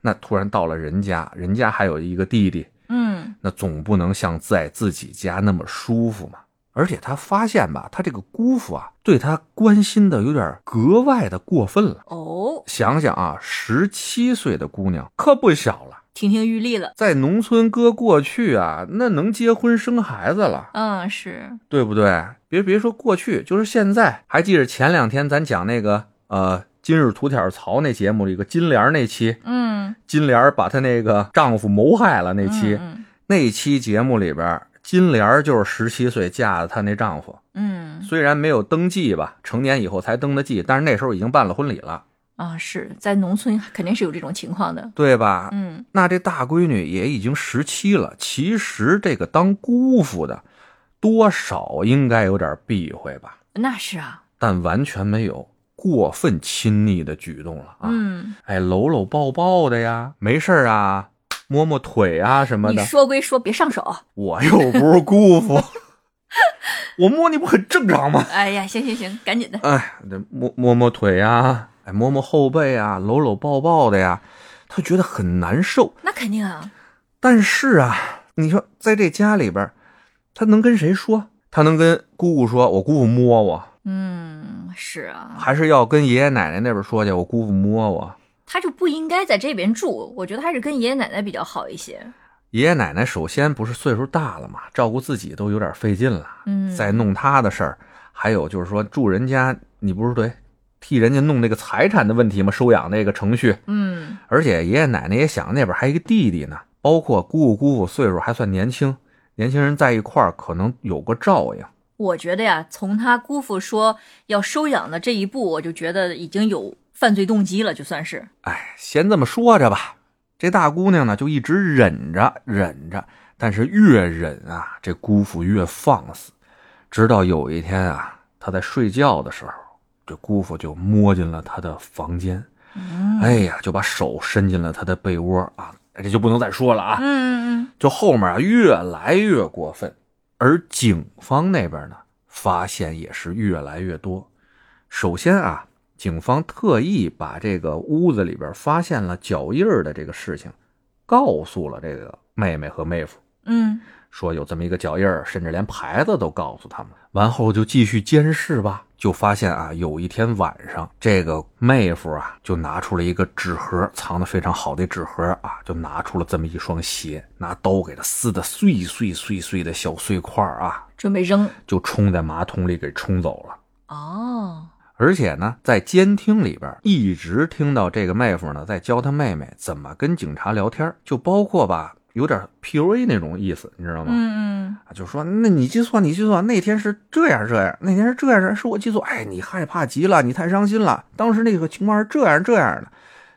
[SPEAKER 3] 那突然到了人家，人家还有一个弟弟，
[SPEAKER 1] 嗯，
[SPEAKER 3] 那总不能像在自己家那么舒服嘛。而且她发现吧，她这个姑父啊，对她关心的有点格外的过分了。
[SPEAKER 1] 哦，
[SPEAKER 3] 想想啊，十七岁的姑娘可不小了，
[SPEAKER 1] 亭亭玉立了。
[SPEAKER 3] 在农村搁过去啊，那能结婚生孩子了。
[SPEAKER 1] 嗯，是，
[SPEAKER 3] 对不对？别别说过去，就是现在，还记着前两天咱讲那个呃今日土挑槽那节目里个金莲儿那期，
[SPEAKER 1] 嗯，
[SPEAKER 3] 金莲儿把她那个丈夫谋害了那期，
[SPEAKER 1] 嗯
[SPEAKER 3] 那期节目里边儿，金莲儿就是十七岁嫁的她那丈夫，
[SPEAKER 1] 嗯嗯
[SPEAKER 3] 虽然没有登记吧，成年以后才登的记，但是那时候已经办了婚礼了，
[SPEAKER 1] 啊，是在农村肯定是有这种情况的。
[SPEAKER 3] 对吧？
[SPEAKER 1] 嗯，
[SPEAKER 3] 那这大闺女也已经十七了，其实这个当姑父的，多少应该有点避讳吧。
[SPEAKER 1] 那是啊，
[SPEAKER 3] 但完全没有过分亲昵的举动了啊。
[SPEAKER 1] 嗯，
[SPEAKER 3] 哎，搂搂抱抱的呀，没事儿啊，摸摸腿啊什么
[SPEAKER 1] 你
[SPEAKER 3] 的。
[SPEAKER 1] 说归说，别上手。
[SPEAKER 3] 我又不是姑父， *laughs* 我摸你不很正常吗？
[SPEAKER 1] 哎呀，行行行，赶紧的。
[SPEAKER 3] 哎，这摸摸摸腿啊，哎，摸摸后背啊，搂搂抱抱的呀，他觉得很难受。
[SPEAKER 1] 那肯定啊，
[SPEAKER 3] 但是啊，你说在这家里边儿，他能跟谁说？他能跟姑姑说，我姑父摸我，
[SPEAKER 1] 嗯，是啊，
[SPEAKER 3] 还是要跟爷爷奶奶那边说去，我姑父摸我？
[SPEAKER 1] 他就不应该在这边住，我觉得还是跟爷爷奶奶比较好一些。
[SPEAKER 3] 爷爷奶奶首先不是岁数大了嘛，照顾自己都有点费劲了，
[SPEAKER 1] 嗯，
[SPEAKER 3] 再弄他的事儿，还有就是说住人家，你不是得替人家弄那个财产的问题吗？收养那个程序，
[SPEAKER 1] 嗯
[SPEAKER 3] 而且爷爷奶奶也想那边还有一个弟弟呢，包括姑姑姑父岁数还算年轻，年轻人在一块儿可能有个照应。，
[SPEAKER 1] 我觉得呀，从他姑父说要收养的这一步，我就觉得已经有犯罪动机了，就算是。
[SPEAKER 3] 哎，先这么说着吧。这大姑娘呢，就一直忍着，忍着，但是越忍啊，这姑父越放肆，直到有一天啊，她在睡觉的时候，这姑父就摸进了她的房间，
[SPEAKER 1] 嗯
[SPEAKER 3] 哎呀，就把手伸进了她的被窝啊，这就不能再说了啊，
[SPEAKER 1] 嗯嗯
[SPEAKER 3] 就后面啊越来越过分，而警方那边呢，发现也是越来越多。首先啊，警方特意把这个屋子里边发现了脚印儿的这个事情，告诉了这个妹妹和妹夫，
[SPEAKER 1] 嗯
[SPEAKER 3] 说有这么一个脚印儿，甚至连牌子都告诉他们。完后就继续监视吧，就发现啊，有一天晚上，这个妹夫啊就拿出了一个纸盒，藏的非常好的纸盒啊，就拿出了这么一双鞋，拿刀给它撕的碎碎碎碎的小碎块儿
[SPEAKER 1] 嗯，，
[SPEAKER 3] 啊
[SPEAKER 1] 准备扔。
[SPEAKER 3] 就冲在马桶里给冲走了。
[SPEAKER 1] 哦，
[SPEAKER 3] 而且呢，在监听里边一直听到这个妹夫呢在教他妹妹怎么跟警察聊天儿，就包括吧，有点 PUA 那种意思，你知道吗？
[SPEAKER 1] 嗯
[SPEAKER 3] 啊，就说那你记错，你记错，那天是这样这样，那天是这样这样，是我记错，哎，你害怕极了，你太伤心了，当时那个情况是这样这样的，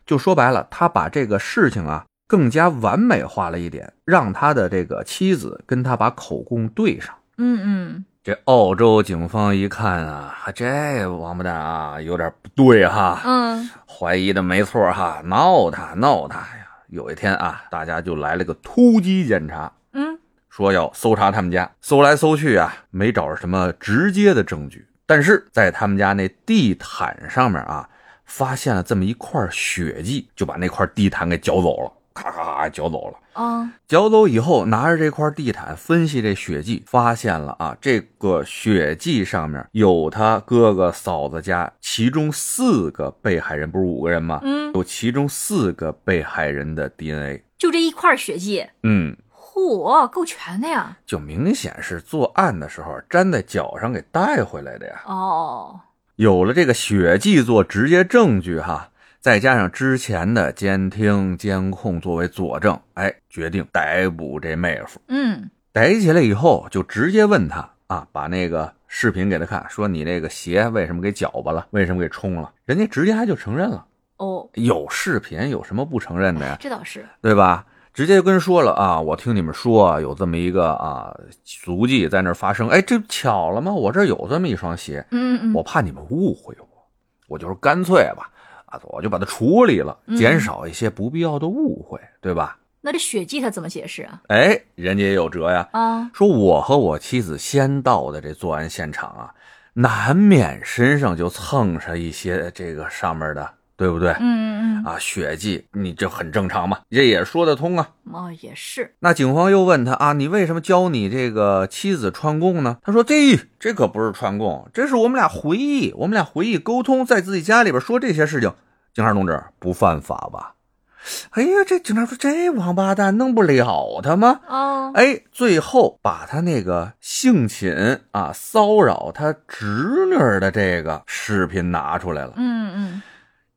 [SPEAKER 3] 就说白了，他把这个事情啊更加完美化了一点，让他的这个妻子跟他把口供对上。
[SPEAKER 1] 嗯嗯
[SPEAKER 3] 这澳洲警方一看啊，这王八蛋啊，有点不对哈
[SPEAKER 1] 嗯，嗯，
[SPEAKER 3] 怀疑的没错哈，闹他闹他呀！有一天啊，大家就来了个突击检查，
[SPEAKER 1] 嗯，
[SPEAKER 3] 说要搜查他们家，搜来搜去啊，没找着什么直接的证据，但是在他们家那地毯上面啊，发现了这么一块血迹，就把那块地毯给搅走了，咔咔咔搅走了。
[SPEAKER 1] 哦，
[SPEAKER 3] 搅走以后，拿着这块地毯分析这血迹，发现了啊，这个血迹上面有他哥哥、嫂子家其中四个被害人，不是五个人吗？
[SPEAKER 1] 嗯，
[SPEAKER 3] 有其中四个被害人的 DNA，
[SPEAKER 1] 就这一块血迹，
[SPEAKER 3] 嗯，
[SPEAKER 1] 嚯，够全的呀！
[SPEAKER 3] 就明显是作案的时候粘在脚上给带回来的呀。
[SPEAKER 1] 哦，
[SPEAKER 3] 有了这个血迹做直接证据哈，再加上之前的监听监控作为佐证，哎，决定逮捕这妹夫。
[SPEAKER 1] 嗯
[SPEAKER 3] 逮起来以后，就直接问他啊，把那个视频给他看，说你那个鞋为什么给搅巴了，为什么给冲了？人家直接他就承认了。
[SPEAKER 1] 哦，
[SPEAKER 3] 有视频有什么不承认的呀？
[SPEAKER 1] 这倒是，
[SPEAKER 3] 对吧？直接就跟人说了啊，我听你们说啊有这么一个啊足迹在那儿发生，哎，这不巧了吗？我这儿有这么一双鞋，
[SPEAKER 1] 嗯嗯
[SPEAKER 3] 我怕你们误会我，我就是干脆吧，啊，我就把它处理了，
[SPEAKER 1] 嗯
[SPEAKER 3] 减少一些不必要的误会，对吧？
[SPEAKER 1] 那这血迹他怎么解释啊？
[SPEAKER 3] 哎，人家也有辙呀，
[SPEAKER 1] 啊，
[SPEAKER 3] 说我和我妻子先到的这作案现场啊，难免身上就蹭上一些这个上面的，对不对？
[SPEAKER 1] 嗯嗯
[SPEAKER 3] 啊，血迹，你这很正常嘛，这也说得通啊。
[SPEAKER 1] 嗯，哦，也是，
[SPEAKER 3] 那警方又问他啊，你为什么教你这个妻子串供呢？他说：“这这可不是串供，这是我们俩回忆，我们俩回忆沟通，在自己家里边说这些事情。”警察同志不犯法吧？哎呀，这警察说这王八蛋弄不了他吗？
[SPEAKER 1] 哦，
[SPEAKER 3] 哎，最后把他那个性侵啊、骚扰他侄女儿的这个视频拿出来了，
[SPEAKER 1] 嗯嗯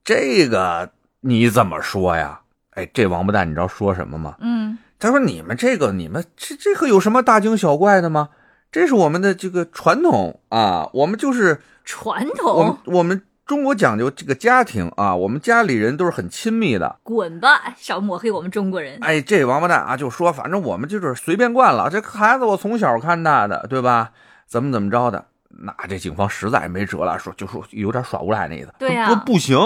[SPEAKER 3] 这个你怎么说呀？哎，这王八蛋，你知道说什么吗？
[SPEAKER 1] 嗯，
[SPEAKER 3] 他说：“你们这个，你们这这个有什么大惊小怪的吗？这是我们的这个传统啊，我们就是
[SPEAKER 1] 传
[SPEAKER 3] 我们
[SPEAKER 1] 统，
[SPEAKER 3] 我们中国讲究这个家庭啊，我们家里人都是很亲密的。
[SPEAKER 1] 滚吧，少抹黑我们中国人。
[SPEAKER 3] 哎，这王八蛋啊，就说反正我们就是随便惯了，这孩子我从小看大的，对吧？怎么怎么着的？那这警方实在没辙了，说就说有点耍无赖那意思。
[SPEAKER 1] 对呀
[SPEAKER 3] 说不行，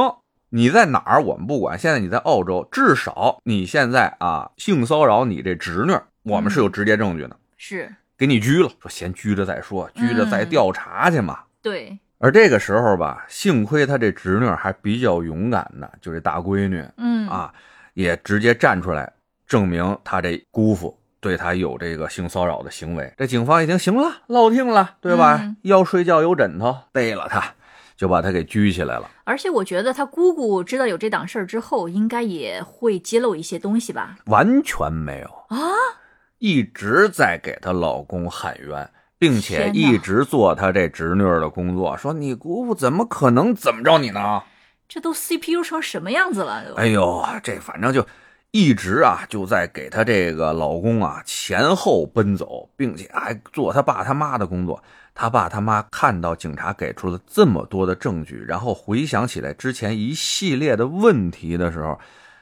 [SPEAKER 3] 你在哪儿我们不管，现在你在澳洲，至少你现在啊性骚扰你这侄女，我们是有直接证据的。
[SPEAKER 1] 是
[SPEAKER 3] 给你拘了，说先拘着再说，拘着
[SPEAKER 1] 嗯
[SPEAKER 3] 再调查去嘛。
[SPEAKER 1] 对，
[SPEAKER 3] 而这个时候吧，幸亏她这侄女还比较勇敢的，就这大闺女
[SPEAKER 1] 嗯，
[SPEAKER 3] 啊，也直接站出来证明她这姑父对她有这个性骚扰的行为。这警方一听，行了，落听了，对吧？
[SPEAKER 1] 嗯
[SPEAKER 3] 要睡觉有枕头，逮了她，就把她给拘起来了。
[SPEAKER 1] 而且我觉得他姑姑知道有这档事儿之后，应该也会揭露一些东西吧？
[SPEAKER 3] 完全没有
[SPEAKER 1] 啊，
[SPEAKER 3] 一直在给她老公喊冤，并且
[SPEAKER 1] 天哪
[SPEAKER 3] 一直做她这侄女儿的工作，说你姑父怎么可能怎么着你呢？
[SPEAKER 1] 这都 CPU 成什么样子了？
[SPEAKER 3] 哎呦，这反正就一直啊，就在给她这个老公啊前后奔走，并且还做她爸他妈的工作。她爸他妈看到警察给出了这么多的证据，然后回想起来之前一系列的问题的时候，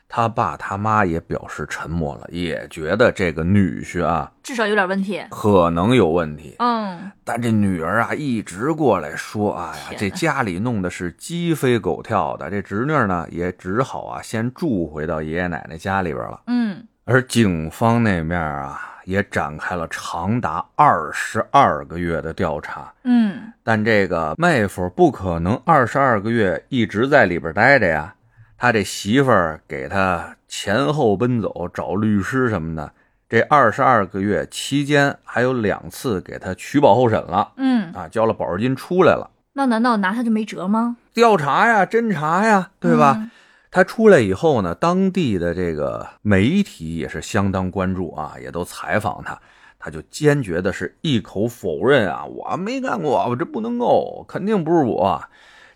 [SPEAKER 3] 他爸他妈也表示沉默了，也觉得这个女婿啊
[SPEAKER 1] 至少有点问题。
[SPEAKER 3] 可能有问题。
[SPEAKER 1] 嗯，
[SPEAKER 3] 但这女儿啊，一直过来说：“哎呀，
[SPEAKER 1] 天
[SPEAKER 3] 这家里弄的是鸡飞狗跳的。”这侄女呢，也只好啊，先住回到爷爷奶奶家里边了。
[SPEAKER 1] 嗯，
[SPEAKER 3] 而警方那面啊，也展开了长达二十二个月的调查。
[SPEAKER 1] 嗯，
[SPEAKER 3] 但这个妹夫不可能二十二个月一直在里边待着呀，他这媳妇儿给他前后奔走找律师什么的，这二十二个月期间还有两次给他取保候审了
[SPEAKER 1] 嗯，
[SPEAKER 3] 啊，交了保释金出来了。
[SPEAKER 1] 那难道拿他就没辙吗？
[SPEAKER 3] 调查呀，侦查呀，对吧？
[SPEAKER 1] 嗯
[SPEAKER 3] 他出来以后呢，当地的这个媒体也是相当关注啊，也都采访他。他就坚决的是一口否认啊，我没干过，我这不能够，肯定不是我。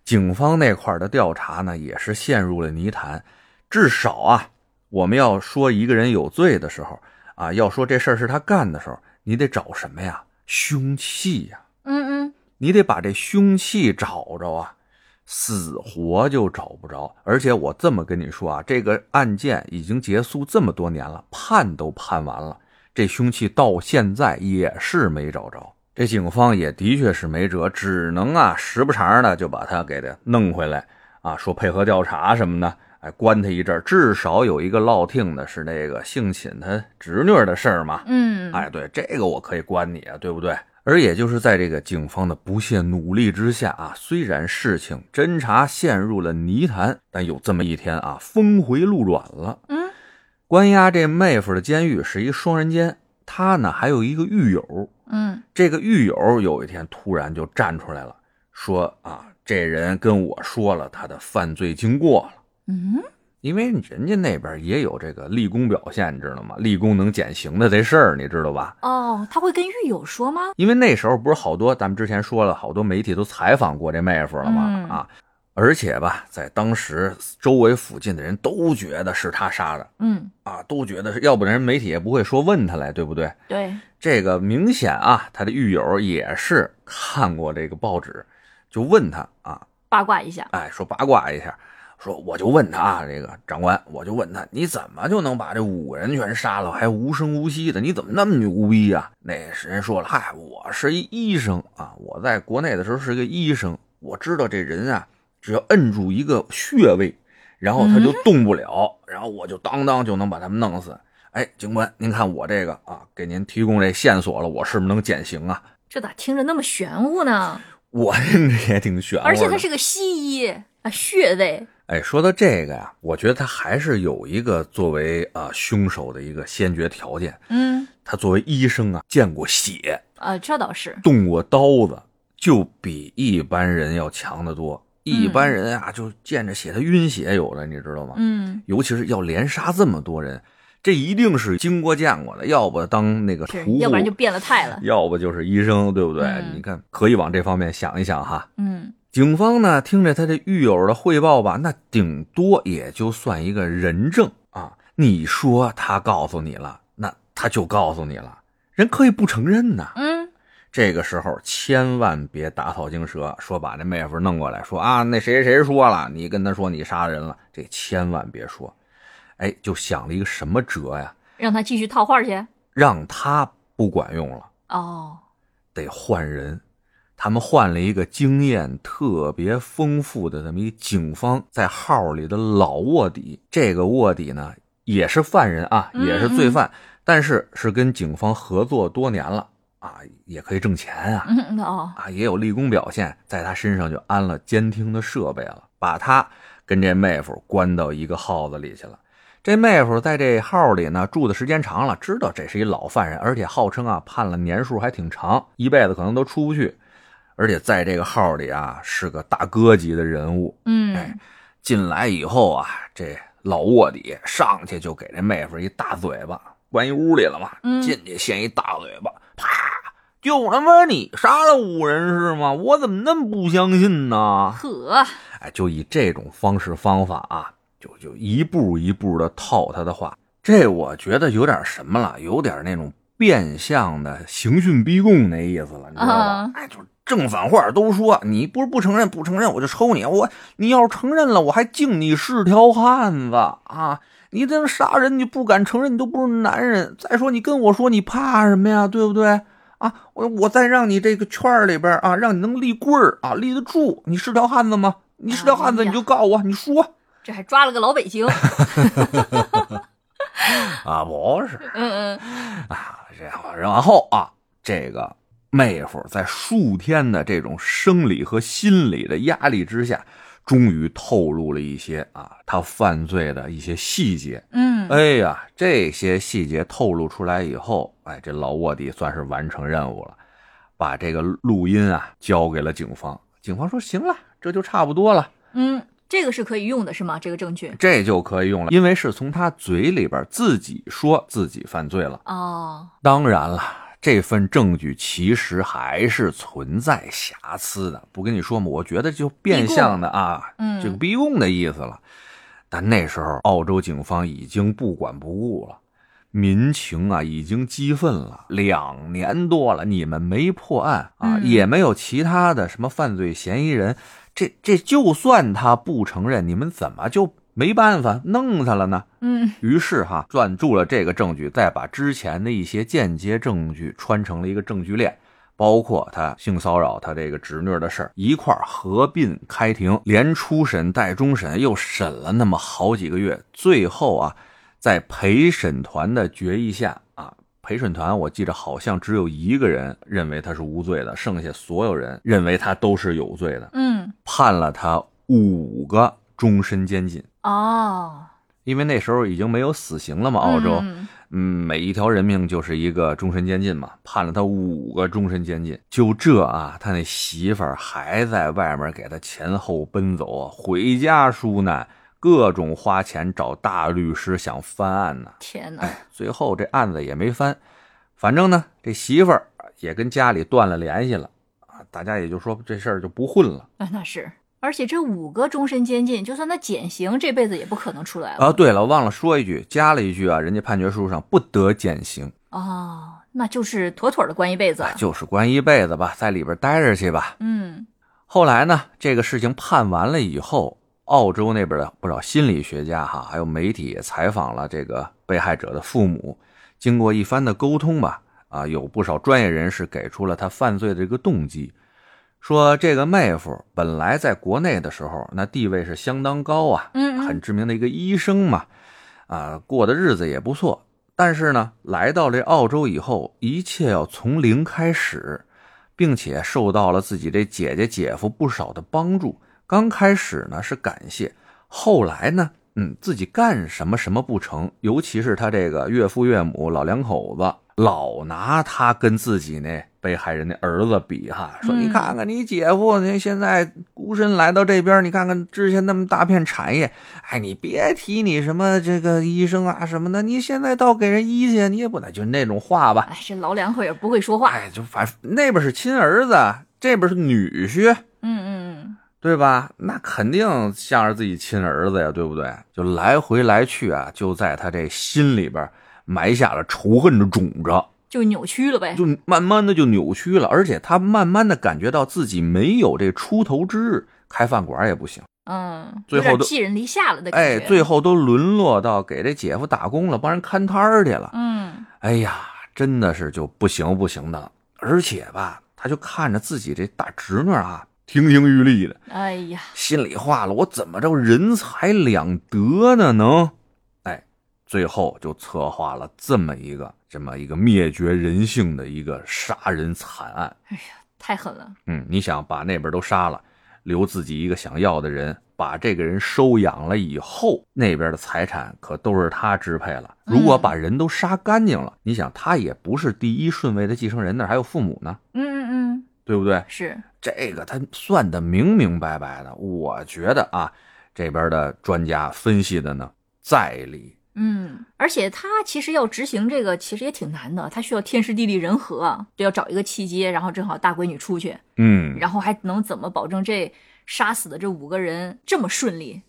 [SPEAKER 3] 警方那块儿的调查呢，也是陷入了泥潭。至少啊，我们要说一个人有罪的时候啊，要说这事儿是他干的时候，你得找什么呀？凶器呀、
[SPEAKER 1] 嗯嗯，
[SPEAKER 3] 你得把这凶器找着啊，死活就找不着。而且我这么跟你说啊，这个案件已经结束这么多年了，判都判完了，这凶器到现在也是没找着。这警方也的确是没辙，只能啊时不常的就把他给他弄回来啊，说配合调查什么的，哎，关他一阵儿，至少有一个落听的是那个性侵他侄女儿的事儿嘛。
[SPEAKER 1] 嗯，
[SPEAKER 3] 哎，对，这个我可以关你啊，对不对？而也就是在这个警方的不懈努力之下啊，虽然事情侦查陷入了泥潭，但有这么一天啊，峰回路转了。
[SPEAKER 1] 嗯，
[SPEAKER 3] 关押这妹夫的监狱是一双人间，他呢还有一个狱友。
[SPEAKER 1] 嗯，
[SPEAKER 3] 这个狱友有一天突然就站出来了，说啊，这人跟我说了他的犯罪经过了。
[SPEAKER 1] 嗯，
[SPEAKER 3] 因为人家那边也有这个立功表现，你知道吗？立功能减刑的这事儿，你知道吧？
[SPEAKER 1] 哦，他会跟狱友说吗？
[SPEAKER 3] 因为那时候不是好多，咱们之前说了，好多媒体都采访过这妹夫了嘛、
[SPEAKER 1] 嗯
[SPEAKER 3] 啊，而且吧，在当时周围附近的人都觉得是他杀的
[SPEAKER 1] 嗯，
[SPEAKER 3] 啊，都觉得是，要不然媒体也不会说问他来，对不对？
[SPEAKER 1] 对，
[SPEAKER 3] 这个明显啊，他的狱友也是看过这个报纸，就问他啊，
[SPEAKER 1] 八卦一下。
[SPEAKER 3] 哎，说八卦一下，说我就问他啊，这个长官，我就问他，你怎么就能把这五个人全杀了，还无声无息的？你怎么那么牛逼啊？那人说了，嗨，我是一医生啊，我在国内的时候是个医生，我知道这人啊，只要摁住一个穴位，然后
[SPEAKER 1] 嗯
[SPEAKER 3] 他就动不了，然后我就当当就能把他们弄死。哎，警官，您看我这个啊，给您提供这线索了，我是不是能减刑啊？
[SPEAKER 1] 这咋听着那么玄乎呢？
[SPEAKER 3] 我 *laughs* 听着也挺玄乎的，
[SPEAKER 1] 而且他是个西医啊，穴位
[SPEAKER 3] 哎，说到这个呀，我觉得他还是有一个作为啊、呃凶手的一个先决条件。
[SPEAKER 1] 嗯
[SPEAKER 3] 他作为医生啊，见过血，
[SPEAKER 1] 啊，这倒是，
[SPEAKER 3] 动过刀子，就比一般人要强得多。一般人啊，就见着血他晕血有的，你知道吗？
[SPEAKER 1] 嗯，
[SPEAKER 3] 尤其是要连杀这么多人，这一定是经过见过的，要不当那个
[SPEAKER 1] 是
[SPEAKER 3] 屠，
[SPEAKER 1] 要不然就
[SPEAKER 3] 户，
[SPEAKER 1] 变了态了。
[SPEAKER 3] 要不就是医生，对不对？
[SPEAKER 1] 嗯
[SPEAKER 3] 你看，可以往这方面想一想哈。
[SPEAKER 1] 嗯
[SPEAKER 3] 警方呢，听着他这狱友的汇报吧，那顶多也就算一个人证啊。你说他告诉你了，那他就告诉你了，人可以不承认呐。
[SPEAKER 1] 嗯，
[SPEAKER 3] 这个时候千万别打草惊蛇，说把这妹夫弄过来，说啊，那谁谁谁说了，你跟他说你杀人了，这千万别说。哎，就想了一个什么辙呀，
[SPEAKER 1] 让他继续套话去。
[SPEAKER 3] 让他不管用了。
[SPEAKER 1] 哦，
[SPEAKER 3] 得换人。他们换了一个经验特别丰富的这么一警方在号里的老卧底，这个卧底呢也是犯人啊，
[SPEAKER 1] 嗯
[SPEAKER 3] 也是罪犯，但是是跟警方合作多年了啊，也可以挣钱啊，
[SPEAKER 1] 嗯哦，
[SPEAKER 3] 啊，也有立功表现，在他身上就安了监听的设备了，把他跟这妹夫关到一个号子里去了。这妹夫在这号里呢住的时间长了，知道这是一老犯人，而且号称啊判了年数还挺长，一辈子可能都出不去，而且在这个号里啊是个大哥级的人物。哎
[SPEAKER 1] 嗯，
[SPEAKER 3] 进来以后啊，这老卧底上去就给这妹夫一大嘴巴，关一屋里了嘛，
[SPEAKER 1] 嗯
[SPEAKER 3] 进去先一大嘴巴，啪！就他妈你杀了五人是吗？我怎么那么不相信呢？
[SPEAKER 1] 呵，
[SPEAKER 3] 哎，就以这种方式方法啊，就就一步一步的套他的话，这我觉得有点什么了，有点那种变相的刑讯逼供那意思了，你知道吧
[SPEAKER 1] 啊？
[SPEAKER 3] 哎，就正反话都说，你不是不承认，不承认我就抽你，我你要是承认了，我还敬你是条汉子啊！你这杀人你不敢承认，你都不是男人。再说你跟我说你怕什么呀？对不对？啊，我我再让你这个圈儿里边儿啊，让你能立棍儿啊，立得住。你是条汉子吗？你是条汉子，
[SPEAKER 1] 哎呀
[SPEAKER 3] 你就告我，你说
[SPEAKER 1] 这还抓了个老北京。 *laughs*
[SPEAKER 3] 啊，不是
[SPEAKER 1] 嗯嗯
[SPEAKER 3] 啊，然后然后啊，这个妹夫在数天的这种生理和心理的压力之下，终于透露了一些啊，他犯罪的一些细节。
[SPEAKER 1] 嗯，
[SPEAKER 3] 哎呀，这些细节透露出来以后，哎，这老卧底算是完成任务了，把这个录音啊交给了警方。警方说：“行了，这就差不多了，
[SPEAKER 1] 嗯，这个是可以用的，是吗？这个证据。
[SPEAKER 3] 这就可以用了，因为是从他嘴里边自己说自己犯罪了。
[SPEAKER 1] 哦，
[SPEAKER 3] 当然了，这份证据其实还是存在瑕疵的。不跟你说吗？我觉得就变相的啊，
[SPEAKER 1] 逼供嗯
[SPEAKER 3] 这个逼供的意思了。但那时候澳洲警方已经不管不顾了，民情啊已经激愤了。两年多了，你们没破案啊，
[SPEAKER 1] 嗯
[SPEAKER 3] 也没有其他的什么犯罪嫌疑人。这这就算他不承认，你们怎么就没办法弄他了呢？
[SPEAKER 1] 嗯
[SPEAKER 3] 于是哈，攥住了这个证据，再把之前的一些间接证据穿成了一个证据链，包括他性骚扰他这个侄女的事儿，一块儿合并开庭，连初审带终审，又审了那么好几个月，最后啊，在陪审团的决议下啊，陪审团我记着好像只有一个人认为他是无罪的，剩下所有人认为他都是有罪的，
[SPEAKER 1] 嗯，
[SPEAKER 3] 判了他五个终身监禁。
[SPEAKER 1] 哦，
[SPEAKER 3] 因为那时候已经没有死刑了嘛，澳洲，
[SPEAKER 1] 嗯
[SPEAKER 3] 嗯，每一条人命就是一个终身监禁嘛，判了他五个终身监禁。就这啊，他那媳妇儿还在外面给他前后奔走啊，回家纾难，各种花钱找大律师想翻案呢、
[SPEAKER 1] 天哪，
[SPEAKER 3] 哎，最后这案子也没翻，反正呢，这媳妇儿也跟家里断了联系了啊，大家也就说这事儿就不混了。
[SPEAKER 1] 啊那是。而且这五个终身监禁，就算他减刑，这辈子也不可能出来了。
[SPEAKER 3] 啊，对了，忘了说一句，加了一句啊，人家判决书上不得减刑。
[SPEAKER 1] 哦，那就是妥妥的关一辈子。
[SPEAKER 3] 哎就是关一辈子吧，在里边待着去吧。
[SPEAKER 1] 嗯
[SPEAKER 3] 后来呢，这个事情判完了以后，澳洲那边的不少心理学家哈，还有媒体也采访了这个被害者的父母，经过一番的沟通吧，啊，有不少专业人士给出了他犯罪的这个动机，说这个妹夫本来在国内的时候那地位是相当高啊，
[SPEAKER 1] 嗯嗯
[SPEAKER 3] 很知名的一个医生嘛，啊，过的日子也不错。但是呢，来到这澳洲以后，一切要从零开始，并且受到了自己这姐姐姐夫不少的帮助。刚开始呢是感谢，后来呢，嗯，自己干什么什么不成，尤其是他这个岳父岳母老两口子，老拿他跟自己那被害人的儿子比哈，说
[SPEAKER 1] 嗯
[SPEAKER 3] 你看看你姐夫，你现在孤身来到这边，你看看之前那么大片产业，哎，你别提你什么这个医生啊什么的，你现在倒给人医去，你也不能就那种话吧。
[SPEAKER 1] 哎，这老两口也不会说话。
[SPEAKER 3] 哎，就反那边是亲儿子，这边是女婿，
[SPEAKER 1] 嗯嗯
[SPEAKER 3] 对吧？那肯定向着自己亲儿子呀，对不对？就来回来去啊，就在他这心里边埋下了仇恨的种子，
[SPEAKER 1] 嗯，就扭曲了呗。
[SPEAKER 3] 就慢慢的就扭曲了，而且他慢慢的感觉到自己没有这出头之日，开饭馆也不行。
[SPEAKER 1] 嗯，
[SPEAKER 3] 最
[SPEAKER 1] 有
[SPEAKER 3] 后
[SPEAKER 1] 点
[SPEAKER 3] 都
[SPEAKER 1] 寄人篱下了的感
[SPEAKER 3] 哎，
[SPEAKER 1] 觉。
[SPEAKER 3] 最后都沦落到给这姐夫打工了，帮人看摊儿去了。
[SPEAKER 1] 嗯
[SPEAKER 3] 哎呀，真的是就不行不行的，而且吧，他就看着自己这大侄女啊，亭亭玉立的，
[SPEAKER 1] 哎呀，
[SPEAKER 3] 心里话了，我怎么着人财两得呢？能，哎，最后就策划了这么一个这么一个灭绝人性的一个杀人惨案。
[SPEAKER 1] 太狠了。
[SPEAKER 3] 嗯，你想把那边都杀了，留自己一个想要的人，把这个人收养了以后，那边的财产可都是他支配了。如果把人都杀干净了，你想他也不是第一顺位的继承人，那儿还有父母呢，
[SPEAKER 1] 嗯嗯嗯，
[SPEAKER 3] 对不对？
[SPEAKER 1] 是，
[SPEAKER 3] 这个他算的明明白白的。我觉得啊，这边的专家分析的呢，在理。
[SPEAKER 1] 嗯，而且他其实要执行这个，其实也挺难的，他需要天时地利人和，就要找一个契机，然后正好大闺女出去，
[SPEAKER 3] 嗯，
[SPEAKER 1] 然后还能怎么保证这杀死的这五个人这么顺利？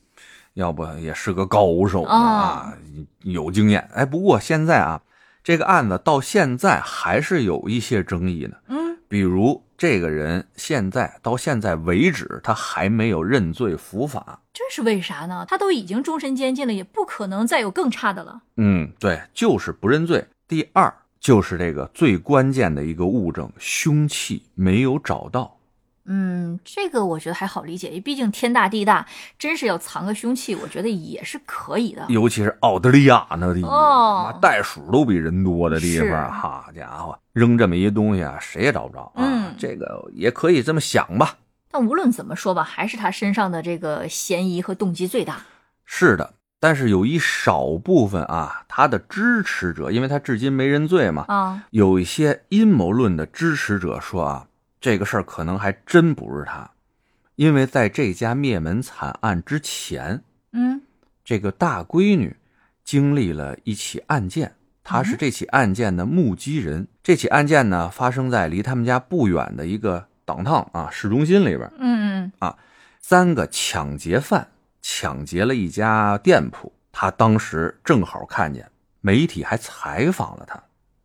[SPEAKER 3] 要不也是个高手呢啊，有经验。哎，不过现在啊，这个案子到现在还是有一些争议呢。
[SPEAKER 1] 嗯
[SPEAKER 3] 比如这个人现在到现在为止，他还没有认罪伏法。，
[SPEAKER 1] 这是为啥呢？他都已经终身监禁了，也不可能再有更差的了。
[SPEAKER 3] 嗯，对，就是不认罪。第二就是这个最关键的一个物证，凶器没有找到。
[SPEAKER 1] 嗯，这个我觉得还好理解，毕竟天大地大，真是要藏个凶器，我觉得也是可以的。
[SPEAKER 3] 尤其是澳大利亚那地方，
[SPEAKER 1] 哦
[SPEAKER 3] 妈袋鼠都比人多的地
[SPEAKER 1] 是
[SPEAKER 3] 方，好家伙，扔这么一东西啊，谁也找不着啊。
[SPEAKER 1] 嗯
[SPEAKER 3] 这个也可以这么想吧。
[SPEAKER 1] 但无论怎么说吧，还是他身上的这个嫌疑和动机最大。
[SPEAKER 3] 是的，但是有一少部分啊，他的支持者，因为他至今没认罪嘛，
[SPEAKER 1] 啊，
[SPEAKER 3] 有一些阴谋论的支持者说啊，这个事儿可能还真不是他，因为在这家灭门惨案之前，
[SPEAKER 1] 嗯
[SPEAKER 3] 这个大闺女经历了一起案件，她
[SPEAKER 1] 嗯
[SPEAKER 3] 是这起案件的目击人。这起案件呢，发生在离他们家不远的一个档趟啊市中心里边，
[SPEAKER 1] 嗯
[SPEAKER 3] 啊三个抢劫犯抢劫了一家店铺，她当时正好看见，媒体还采访了她，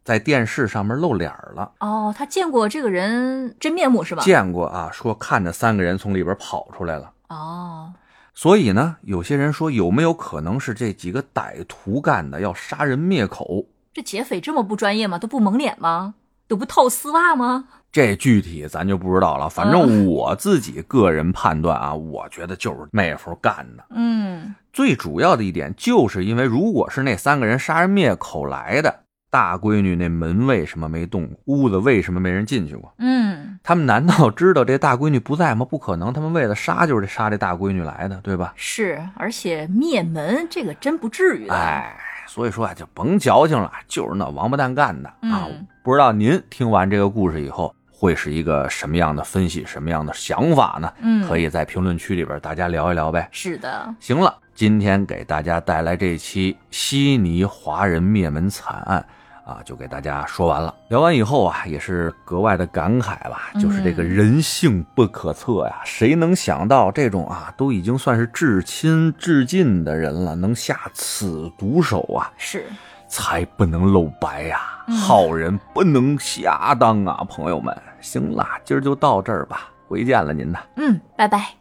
[SPEAKER 3] 在电视上面露脸儿了。
[SPEAKER 1] 嗯，哦，他见过这个人真面目是吧？
[SPEAKER 3] 见过啊，说看着三个人从里边跑出来了。
[SPEAKER 1] 哦，
[SPEAKER 3] 所以呢，有些人说有没有可能是这几个歹徒干的，要杀人灭口？
[SPEAKER 1] 这劫匪这么不专业吗？都不蒙脸吗？都不套丝袜吗？
[SPEAKER 3] 这具体咱就不知道了。反正我自己个人判断啊，我觉得就是妹夫干的。
[SPEAKER 1] 嗯
[SPEAKER 3] 最主要的一点，就是因为如果是那三个人杀人灭口来的，大闺女那门为什么没动？屋子为什么没人进去过？
[SPEAKER 1] 嗯，
[SPEAKER 3] 他们难道知道这大闺女不在吗？不可能，他们为了杀就是杀这大闺女来的，对吧？
[SPEAKER 1] 是，而且灭门这个真不至于的。
[SPEAKER 3] 哎，所以说啊，就甭矫情了，就是那王八蛋干的、啊
[SPEAKER 1] 嗯！
[SPEAKER 3] 不知道您听完这个故事以后，会是一个什么样的分析，什么样的想法呢？
[SPEAKER 1] 嗯
[SPEAKER 3] 可以在评论区里边大家聊一聊呗。
[SPEAKER 1] 是的，
[SPEAKER 3] 行了，今天给大家带来这期悉尼华人灭门惨案。啊，就给大家说完了。聊完以后啊，也是格外的感慨吧，就是这个
[SPEAKER 1] 嗯
[SPEAKER 3] 人性不可测呀。谁能想到这种啊，都已经算是至亲至近的人了，能下此毒手啊？
[SPEAKER 1] 是，
[SPEAKER 3] 才不能露白呀、
[SPEAKER 1] 嗯
[SPEAKER 3] 好人不能瞎当啊，朋友们。行啦，今儿就到这儿吧，回见了您呐。
[SPEAKER 1] 嗯，拜拜。